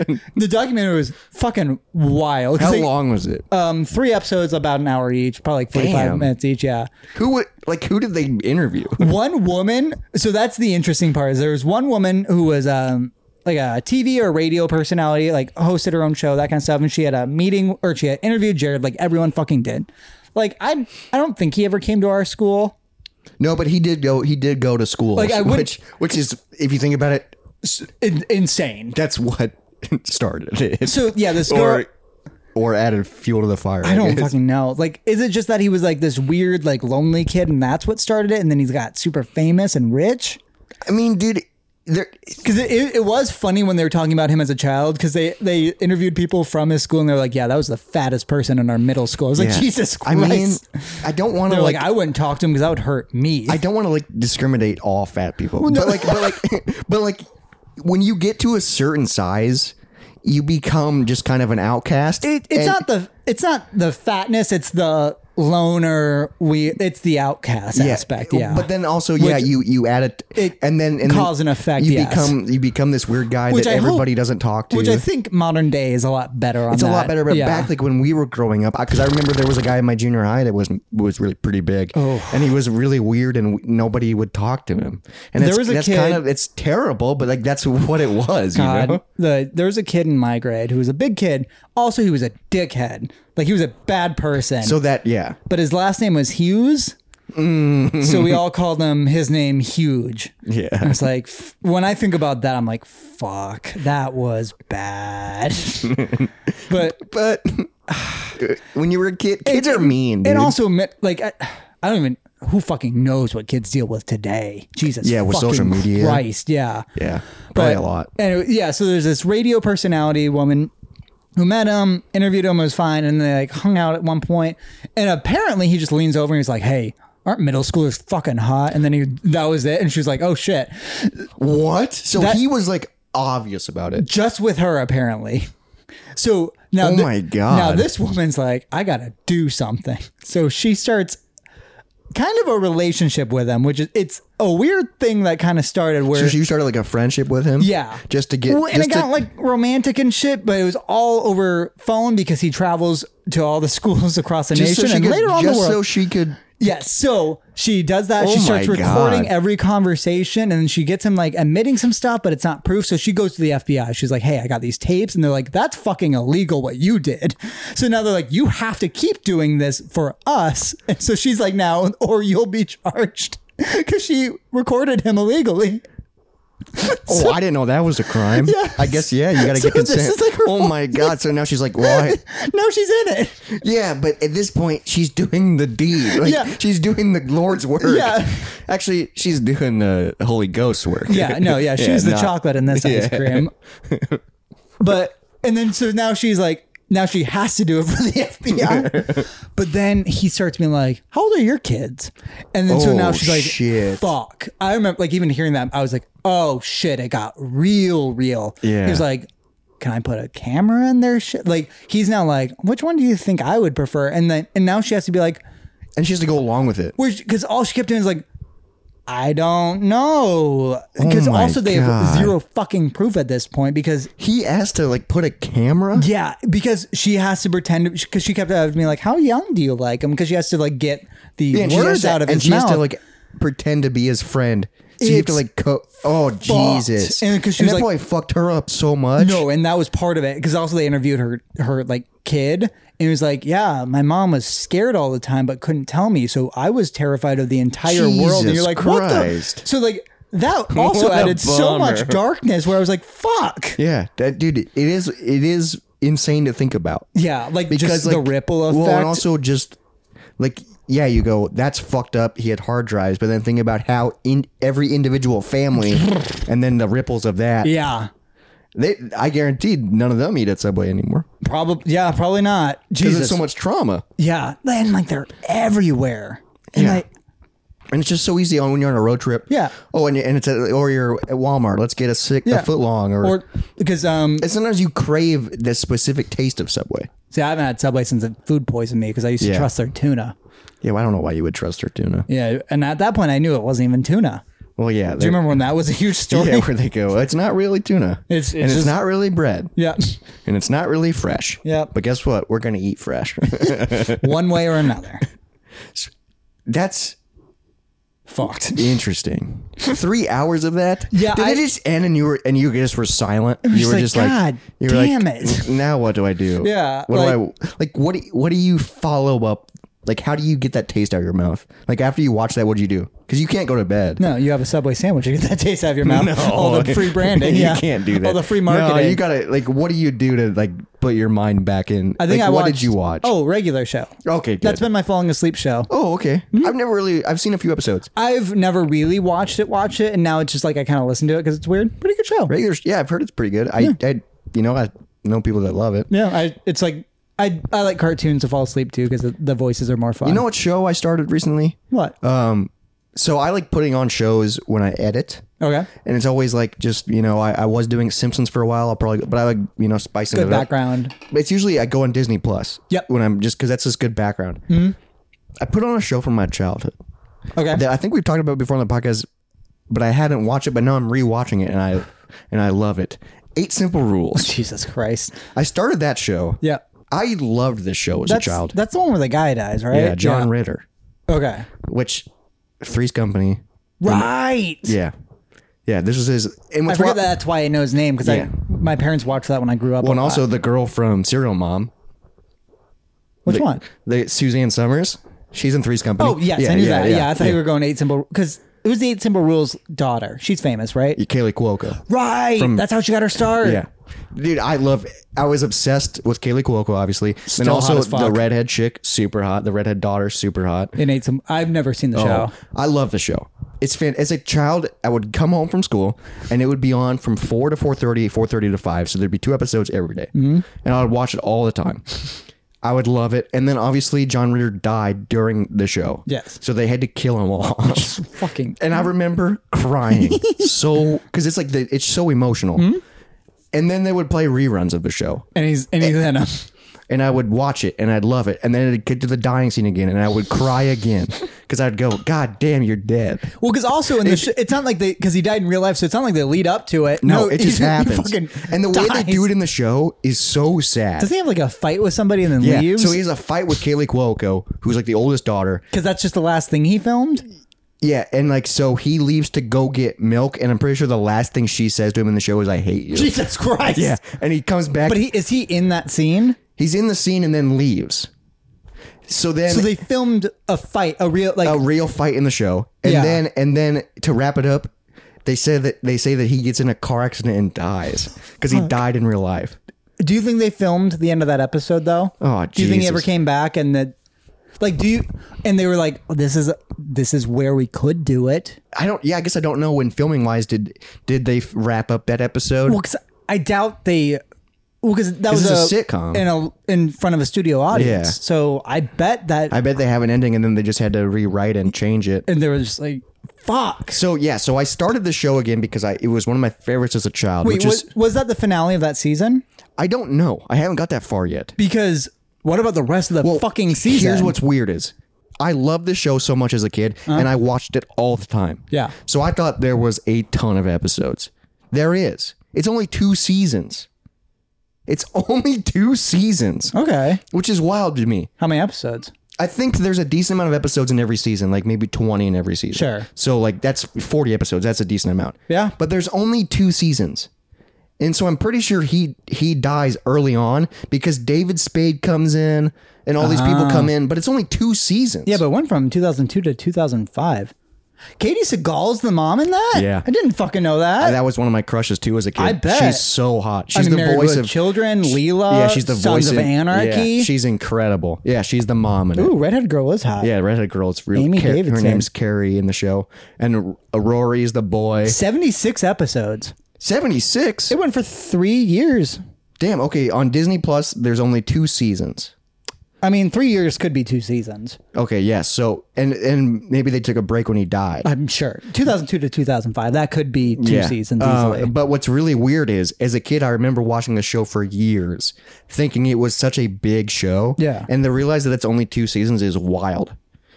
was, the documentary was fucking wild 'Cause,
How
like,
long was it?
um three episodes about an hour each probably like forty five
Damn.
minutes each yeah
who would like who did they interview?
one woman so that's the interesting part is there was one woman who was um like a TV or radio personality, like hosted her own show, that kind of stuff. And she had a meeting or she had interviewed Jared, like everyone fucking did. Like I, I don't think he ever came to our school.
[LAUGHS] No, but he did go. He did go to school.
Like, I would-
which which is if you think about it,
In- insane.
that's what [LAUGHS] started it.
So yeah, this girl.
or or added fuel to the fire.
I don't fucking know. Like, is it just that he was like this weird, like lonely kid, and that's what started it? And then he's got super famous and rich.
I mean, dude, there.
Because it, it, it was funny when they were talking about him as a child because they, they interviewed people from his school and they were like, yeah, that was the fattest person in our middle school. I was like, Jesus
I
Christ.
mean, I don't want to
They're like,
like.
I wouldn't talk to him because that would hurt me.
I don't want to like discriminate all fat people, but like, but like, [LAUGHS] but like, when you get to a certain size, you become just kind of an outcast.
It- it's
And-
not the it's not the fatness. It's the loner. We it's the outcast aspect. Yeah,
But then also, yeah,
Which-
you you add it, and then and
Cause
then
and effect,
You
yes.
become you become this weird guy
Which
that
I hope-
everybody doesn't talk to.
which I think modern day is a lot better on.
it's a lot
that.
better, but
Yeah.
back like when we were growing up, because I remember there was a guy in my junior high that was was really pretty big,
Oh.
and he was really weird, and w- nobody would talk to him. And
There
it's,
was a
that's
kid-
kind of it's terrible, but like that's [LAUGHS] what it was. You
God,
know?
the there was a kid in my grade who was a big kid. Also, he was a dickhead. Like he was a bad person.
So that yeah,
but his last name was Hughes. so we all called him his name huge.
Mm. Yeah.
And it's like f- when I think about that, I'm like, fuck, that was
[LAUGHS]
bad. but [SIGHS]
but when you were a kid, kids are mean. Dude.
and also me- like I, I don't even who fucking knows what kids deal with today. Jesus,
Yeah, with social
fucking
media.
Christ, yeah,
yeah, probably a lot.
Anyway, yeah, so there's this radio personality woman who met him, interviewed him, was fine, and they like hung out at one point. And apparently, he just leans over and he's like, "Hey, aren't middle schoolers fucking hot?" And then he that was it. And she was like, "Oh shit,"
What? So
That-
he was like obvious about it.
just with her apparently. So now,
Oh
thi-
my God.
Now this woman's like, "I gotta do something." So she starts kind of a relationship with him, which is it's a weird thing that kind of started where
So you started like a friendship with him,
Yeah.
just to get
Well, and
just
it got
to-
like romantic and shit, but it was all over phone because he travels to all the [LAUGHS] schools across the
just so
nation
she
and
could-
later on the
just
world.
so she could
Yeah, so she does that. she
Oh
starts
my
recording
God.
every conversation and she gets him like admitting some stuff, but it's not proof. So she goes to the FBI. She's like, hey, I got these tapes. And they're like, that's fucking illegal what you did. [LAUGHS] So now they're like, you have to keep doing this for us. [LAUGHS] And so she's like, now, or you'll be charged [LAUGHS] because she recorded him illegally.
Oh, I didn't know that was a crime.
Yes.
I guess [LAUGHS] yeah, you gotta
So
get
this
consent.
is like her
oh my god! So now she's like, [LAUGHS] why?
[LAUGHS] No, she's in it.
yeah, but at this point, she's doing the deed. Like,
Yeah.
she's doing the Lord's work.
Yeah.
[LAUGHS] actually, she's doing the Holy Ghost work. [LAUGHS]
Yeah, no, yeah, she's the
not-
chocolate in this ice
[LAUGHS]
cream. But and then so now she's like now she has to do it for the
[LAUGHS]
FBI. but then he starts being like, "How old are your kids?" And then so now
Oh,
she's like,
shit.
"Fuck!" I remember like even hearing that, I was like, "Oh shit!" It got real, real.
Yeah.
he was like. Can I put a camera in their shit? Like he's now like, which one do you think I would prefer? And then and now she has to be like,
and she has to go along with it.
because all she kept doing is like, I don't know. Because
Oh my
also they have
God.
zero fucking proof at this point. Because
He asked to like put a camera.
yeah, because she has to pretend because she kept having me like, how young do you like him? Because she has to like get the
and she has
words
to-
out of
and
his
she
mouth.
has to like pretend to be his friend. So you have to
It's
like co- oh Jesus,
And 'cause she was
that
like-
probably fucked her up so much.
No, and that was part of it because also they interviewed her her like kid and it was like, yeah, my mom was scared all the time but couldn't tell me, so I was terrified of the entire world. And
Jesus
you're like,
Christ.
what the? So like that also
[LAUGHS] What a
added so much
bummer.
darkness where I was like, fuck. Yeah,
Yeah, that dude. It is. It is insane to think about
like
because
just
like,
the ripple effect.
Well, and also just like yeah, you go. That's fucked up. He had hard drives, but then think about how in every individual
[LAUGHS]
family, and then the ripples of that.
yeah,
They, I guaranteed none of them eat at Subway anymore
probably. Yeah, probably not.
because
Jesus.
there's so much trauma,
yeah, and like they're everywhere. And
Yeah.
I,
and it's just so easy on when you're on a road trip.
Yeah.
Oh, and, and it's at, or you're at Walmart. Let's get a sick
Yeah.
a foot long or.
or because um,
and sometimes you crave the specific taste of Subway.
see, I haven't had Subway since it food poisoned me because I used to
Yeah.
trust their tuna.
Yeah, well, I don't know why you would trust her tuna.
Yeah, and at that point, I knew it wasn't even tuna.
Well, yeah.
Do you remember when that was a huge story?
[LAUGHS] Yeah, where they go, it's not really tuna.
It's- it's
and it's
just-
not really bread.
[LAUGHS] Yeah.
And it's not really fresh.
Yeah.
But guess what? We're gonna eat fresh. [LAUGHS]
One way or another. [LAUGHS]
That's
Fucked.
interesting. Three hours of that.
Yeah,
Did
I-
it just end and you were and you just were silent? You
just
were
like,
just like,
"God
you were like,
damn it."
Now what do I do?
[LAUGHS] Yeah,
What do I like? What do you, what do you follow up? Like, how do you get that taste out of your mouth? Like after you watch that, what do you do? Because you can't go to bed.
No, you have a Subway sandwich. [LAUGHS] You get that taste out of your mouth. All the free branding.
[LAUGHS] you
yeah.
can't do that.
All the free
No,
marketing.
you gotta like. What do you do to like put your mind back in?
I think
like,
I
what
watched,
did you watch?
Oh, regular show.
okay, good.
That's Hmm? been my falling asleep show.
oh, okay. I've never really. I've seen a few episodes.
I've never really watched it, watch it, and now it's just like I kind of listen to it because it's weird. Pretty good show.
Regular. Yeah, I've heard it's pretty good. I, I, you know, I know people that love it.
Yeah, I, it's like I I like cartoons to fall asleep to because the, the voices are more fun.
You know what show I started recently?
what?
Um, so I like putting on shows when I edit.
okay.
And it's always like just you know I, I was doing Simpsons for a while I'll probably but I like you know spicing
Good
it up.
background.
But it's usually I go on Disney Plus.
Yep. Mm-hmm.
When I'm just because that's just good background. I put on a show from my childhood
Okay.
that I think we've talked about before on the podcast, but I hadn't watched it. But now I'm rewatching it, and I and I love it. Eight
[LAUGHS]
Simple Rules.
Jesus Christ.
I started that show.
Yeah.
I loved this show as
That's,
a child.
That's the one where the guy dies, right?
yeah, John Ritter,
Okay.
which Three's Company.
Right.
Yeah, yeah. This was his. And
I
what's
forget
wa-
that that's why I know his name because
Yeah.
I my parents watched that when I grew up.
Well, and
a lot.
also the girl from Serial Mom,
which
the-
one?
the Suzanne Summers. She's in Three's Company.
Oh yes, I knew that. Yeah, I thought you were going to eight symbol because it was the eight symbol rules daughter. She's famous, right?
Kaylee Cuoco.
Right. that's how she got her start.
Yeah. Dude, I love. I was obsessed with Kaylee Cuoco, obviously, and
hot
also
as fuck.
the redhead chick, super hot. The redhead daughter, super hot.
In eight symbol, I've never seen the show.
Oh. I love the show. It's fan. As a child, I would come home from school, and it would be on from four to four thirty, four thirty to five. So there'd be two episodes every day. and I would watch it all the time. I would love it. And then obviously, John Ritter died during the show.
Yes.
so they had to kill him all.
Fucking
and I remember crying so because it's like the, it's so emotional. And then they would play reruns of the show,
and he's and he's in a
and I would watch it, and I'd love it, and then it'd get to the dying scene again, and I would cry again because I'd go, God damn, you're dead.
[LAUGHS] Well, because also in the sh- it's not like they because he died in real life, so it's not like they lead up to it.
No, it
[LAUGHS]
just
he- he
happens.
fucking
And the way
dies.
they do it in the show is so sad.
does he have like a fight with somebody and then
yeah.
leaves?
So he has a fight with Kaylee Cuoco, who's like the oldest daughter.
because that's just the last thing he
[LAUGHS]
filmed.
Yeah, and like so he leaves to go get milk, and I'm pretty sure the last thing she says to him in the show is, "I hate you."
Jesus Christ!
Yeah, and he comes back.
but he is he in that scene?
he's in the scene and then leaves. So then
So they filmed a fight, a real like
a real fight in the show, and
Yeah.
then and then to wrap it up, they said that they say that he gets in a car accident and dies because he died in real life.
Do you think they filmed the end of that episode though?
Oh,
do you think he ever
Jesus.
came back and that? Like, do you? And they were like, oh, "This is this is where we could do it."
I don't. Yeah, I guess I don't know when filming wise did did they f- wrap up that episode?
Well, 'cause I doubt they. Well, because that was
is a sitcom.
in a in front of a studio audience.
Yeah.
So I bet that,
I bet they have an ending and then they just had to rewrite and change it.
and there was just like, "Fuck."
So yeah, so I started the show again because I it was one of my favorites as a child,
Wait,
which
was
is
was that the finale of that season?
I don't know. I haven't got that far yet.
Because what about the rest of the fucking season?
Here's what's weird is I loved the show so much as a kid and I watched it all the time.
Yeah.
So I thought there was a ton of episodes. There is. It's only two seasons. It's [LAUGHS] only two seasons,
okay.
which is wild to me.
How many episodes?
I think there's a decent amount of episodes in every season, like maybe 20 in every season.
Sure.
So like that's 40 episodes. That's a decent amount.
Yeah.
But there's only two seasons. And so I'm pretty sure he he dies early on because David Spade comes in and all these people come in, but it's only two seasons.
Uh-huh. Yeah, but one from 2002 to 2005. Katie Seagal's the mom in that.
Yeah.
I didn't fucking know that.
that was one of my crushes too as a kid.
I bet.
She's so hot. She's
I mean,
the
Married
voice
with
of
Children, Leela.
Yeah, she's the
Sons
voice
of
in-
Anarchy.
Yeah, she's incredible. Yeah, she's the mom in it.
Ooh, redhead girl is hot.
Yeah, redhead girl. It's really
Amy
Car- her
Davidson.
name's Carrie in the show, and R- Rory is the boy.
76 episodes.
Seventy six.
It went for three years.
Damn. Okay, on Disney Plus, there's only two seasons.
I mean, three years could be two seasons.
Okay, yes. so and and maybe they took a break when he died.
I'm sure. 2002 to 2005. That could be two
Yeah.
seasons
Uh,
easily.
but what's really weird is, as a kid, I remember watching the show for years, thinking it was such a big show.
Yeah.
and to realize that it's only two seasons is wild,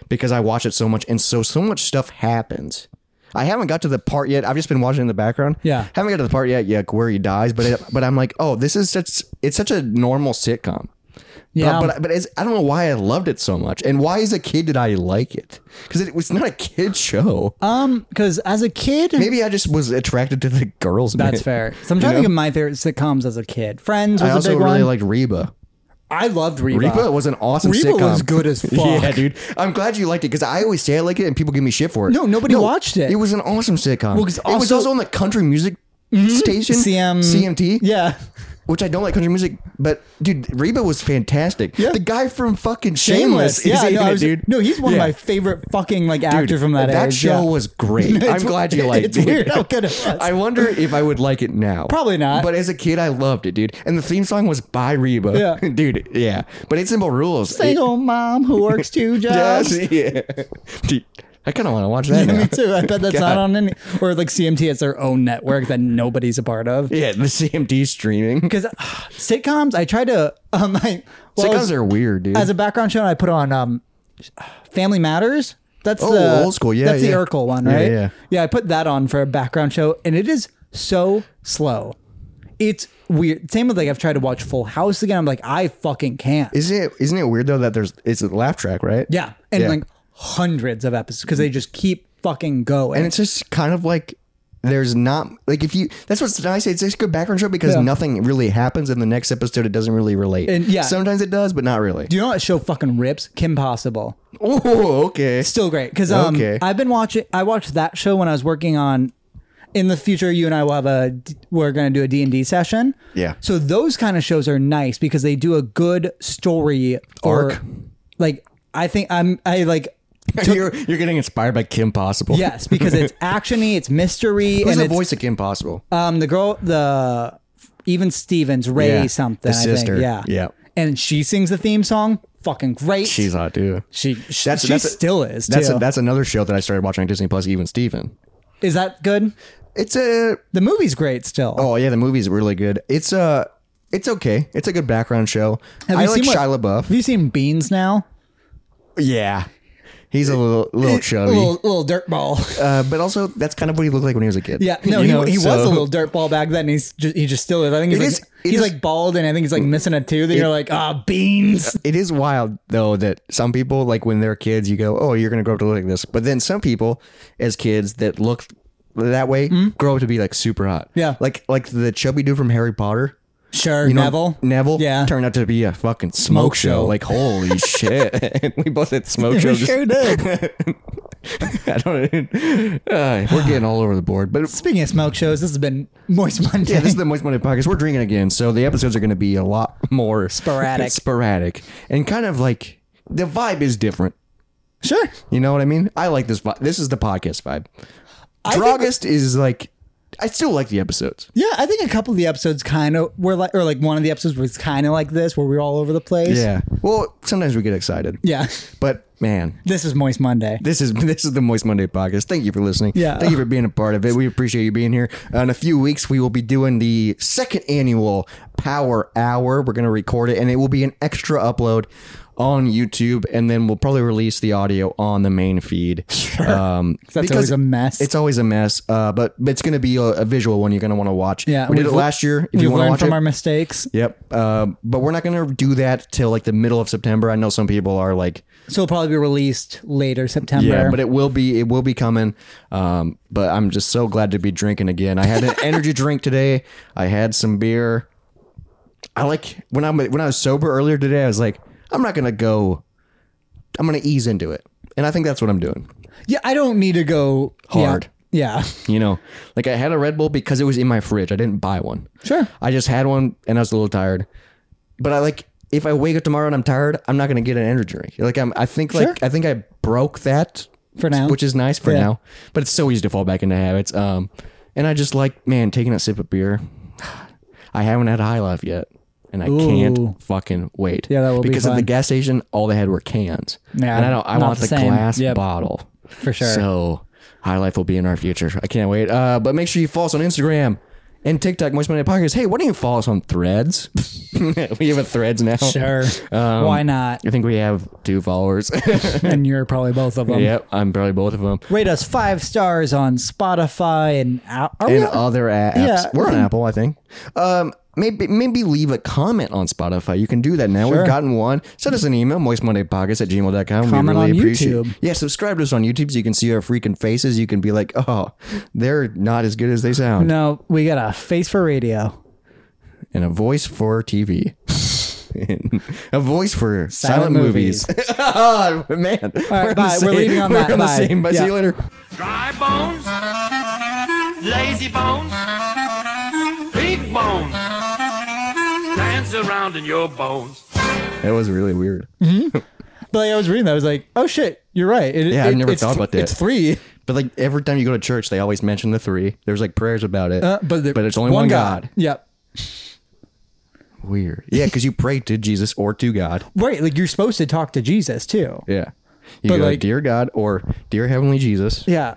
because I watch it so much, and so so much stuff happens. I haven't got to the part yet. I've just been watching in the background.
Yeah.
haven't got to the part yet. Yeah, where he dies, but it, but I'm like, oh, this is such it's such a normal sitcom.
Yeah.
But but, but it's, I don't know why I loved it so much, and why as a kid did I like it? Because it was not a kid show.
um, because as a kid,
Maybe I just was attracted to the girls. in
that's
it. [LAUGHS]
fair. So I'm trying to think of my favorite sitcoms as a kid. Friends was
I
a
also
big
really
one.
liked Reba.
I loved Reba.
Reba was an awesome
Reba
sitcom.
was good as fuck.
[LAUGHS] yeah, dude. I'm glad you liked it because I always say I like it and people give me shit for it.
No, nobody watched it.
It was an awesome sitcom.
'cause
it was
also-
also on the country music station,
CM
CMT,
[LAUGHS] Yeah.
which I don't like country music, but dude, Reba was fantastic. The guy from fucking [LAUGHS] [LAUGHS] Shameless, is
Yeah,
in
no,
it,
I was-
dude.
no, he's one
Yeah.
of my favorite fucking like
Dude,
actor from that
That
age,
show
yeah.
was great.
[LAUGHS]
I'm
It's-
glad you liked
it's
it.
weird how
[LAUGHS]
good it was.
I wonder if I would like it now.
Probably not.
But as a kid, I loved it, dude. And the theme song was by Reba.
Yeah.
[LAUGHS] dude, yeah. But it's simple rules. It- [LAUGHS]
single mom who works two jobs.
Yes, yeah. Dude, I kind of want to watch that now.
[LAUGHS] Me too. I bet that's
[LAUGHS] God.
not on any or like CMT. It's their own network that nobody's a part of.
Yeah, the CMD streaming. [LAUGHS]
Because uh, sitcoms, I try to um, [LAUGHS] I, well,
Sitcoms
as,
are weird, dude.
as a background show, I put on um, Family Matters. That's
Oh,
the
old school. Yeah,
that's
yeah.
the Urkel one,
Yeah,
right?
yeah.
I put that on for a background show, and it is so slow. It's weird. Same with like I've tried to watch Full House again. I'm like, I fucking can't.
isn't it? Isn't it weird though that there's it's a laugh track, right?
Yeah, and
Yeah.
like hundreds of episodes because they just keep fucking going.
and it's just kind of like there's not like if you that's what's nice it's just a good background show because
Yeah.
nothing really happens in the next episode it doesn't really relate
And, yeah.
sometimes it does but not really
Do you know what show fucking rips? Kim Possible. [LAUGHS]
oh okay
Still great because um,
Okay.
I've been watching. I watched that show when I was working on. In the future, you and I will have a. d- We're gonna do a D and D session.
Yeah.
So those kind of shows are nice because they do a good story or,
Arc.
Like I think I'm. I like. took-
you're, you're getting inspired by Kim Possible
yes, because it's actiony, it's mystery,
[LAUGHS] who's
and
the
it's
voice of Kim Possible
Um, the girl, the even Stevens, Ray
Yeah,
something.
the
I
sister.
Think. Yeah.
Yeah.
And she sings the theme song. Fucking great.
she's hot too
she.
That's-
she
that's a-
still is.
that's
too.
a, that's another show that I started watching on Disney Plus even Steven
is that good?
it's a
The movie's great still.
oh yeah the movie's really good it's a it's okay it's a good background show
Have
I
you
like
seen what-
Shia LaBeouf
Have you seen Beans now?
yeah He's a little little chubby,
little, little dirt ball. [LAUGHS]
uh, but also that's kind of what he looked like when he was a kid.
Yeah, no,
You
he,
know,
he was
so-
a little dirt ball back then. He's just, he just still is. I think he's
It
like,
is- it
he's
is- Mm.
like bald, and I think he's like missing a tooth. And you're like, ah, beans.
It is wild though that some people like when they're kids, you go, "Oh, you're gonna grow up to look like this," but then some people, as kids that look that way, grow up to be like super hot.
Hmm? Yeah.
like like the chubby dude from Harry Potter.
Sure,
You know,
Neville.
[LAUGHS] Neville.
Yeah.
Turned out to be a fucking
Smoke
smoke, show.
show. [LAUGHS]
Like holy shit! [LAUGHS] we both at smoke show.
We
just-
sure did.
[LAUGHS]
[LAUGHS]
I don't. Uh, we're getting all over the board, but
Speaking of smoke shows, this has been Moist Monday.
Yeah, this is the Moist Monday podcast. We're drinking again, so the episodes are going to be a lot [LAUGHS] more
Sporadic.
sporadic, and kind of like the vibe is different.
[LAUGHS] sure.
You know what I mean? I like this vibe. This is the podcast vibe.
think-
Drogist is like, I still like the episodes.
Yeah, I think a couple of the episodes kind of were like, or like one of the episodes was kind of like this, where we were all over the place.
Well, sometimes we get excited.
Yeah. [LAUGHS]
But man,
This is Moist Monday.
this is [LAUGHS] this is the Moist Monday podcast. Thank you for listening.
Yeah.
Thank you for being a part of it. We appreciate you being here. Uh, in a few weeks, we will be doing the second annual Power Hour. We're going to record it, and it will be an extra upload on YouTube, and then we'll probably release the audio on the
[LAUGHS]
main feed. Sure. Um,
That's
because
always a mess.
It's always a mess. Uh, but but it's going to be a, a visual one. You're going to want to watch.
Yeah,
we did it
we've-
last year. If
We've
you want to
learned
watch
from
it,
our mistakes.
Yep, Um but we're not going to do that till like the middle of September. I know some people are like,
So it'll probably be released later September.
yeah, but it will be it will be coming. Um, but I'm just so glad to be drinking again. I had an energy drink today. I had some beer. I like when I'm when I was sober earlier today. I was like, I'm not gonna go. I'm gonna ease into it, and I think that's what I'm doing.
yeah, I don't need to go yeah.
Hard.
Yeah.
You know, like I had a Red Bull because it was in my fridge. I didn't buy one.
Sure.
I just had one, and I was a little tired. But I like if I wake up tomorrow and I'm tired, I'm not gonna get an energy drink. Like I'm, I think like
Sure.
I think I broke that
For now.
which is nice for
Yeah.
now. But it's so easy to fall back into habits. Um, and I just like man taking a sip of beer. [SIGHS] I haven't had a high life yet, and I
Ooh.
can't fucking wait.
Yeah, that will be
because at the
fun.
gas station, all they had were cans.
Yeah,
and I don't. I
not
want
the
the,
same.
glass
Yep.
bottle
For sure.
So high life will be in our future. I can't wait. Uh, but make sure you follow us on Instagram. And TikTok, Moist Monday Podcast. Hey, why don't you follow us on Threads? [LAUGHS] we have a Threads now.
Sure.
Um,
Why not?
[LAUGHS] I think we have two
[LAUGHS]
followers.
And you're probably both of them.
yep, I'm probably both of them.
Rate us five stars on Spotify and out. Are
and
we,
other a- apps.
Yeah.
We're on Apple, I think. Um, maybe maybe leave a comment on Spotify. You can do that now. We've gotten one. Send us an email, moistmondaypockets at gmail.com.
Comment
we really
on
appreciate
YouTube.
Yeah, subscribe to us on YouTube so you can see our freaking faces. You can be like, oh, they're not as good as they sound.
no, we got a face for radio.
And a voice for [LAUGHS] TV. a voice for silent, movies. [LAUGHS] oh, man.
right,
on the
bye. We're
same-
leaving on
we're
that.
the
Bye.
same. Bye. See
Yeah.
you later.
Dry bones, lazy bones, big bones, dance around in your bones.
That was
[LAUGHS]
really weird.
But like, I was reading that, I was like, oh shit, you're right. It,
Yeah, I
it-
never
it's
thought about that.
It's three.
But like every time you go to church, they always mention the three. There's like prayers about it.
Uh, but, there-
but it's only one, God.
Yep.
Weird. Yeah, because you pray to Jesus or to God.
Right. Like you're supposed to talk to Jesus too.
Yeah. You
But,
go,
like-
dear God or dear Heavenly Jesus.
Yeah.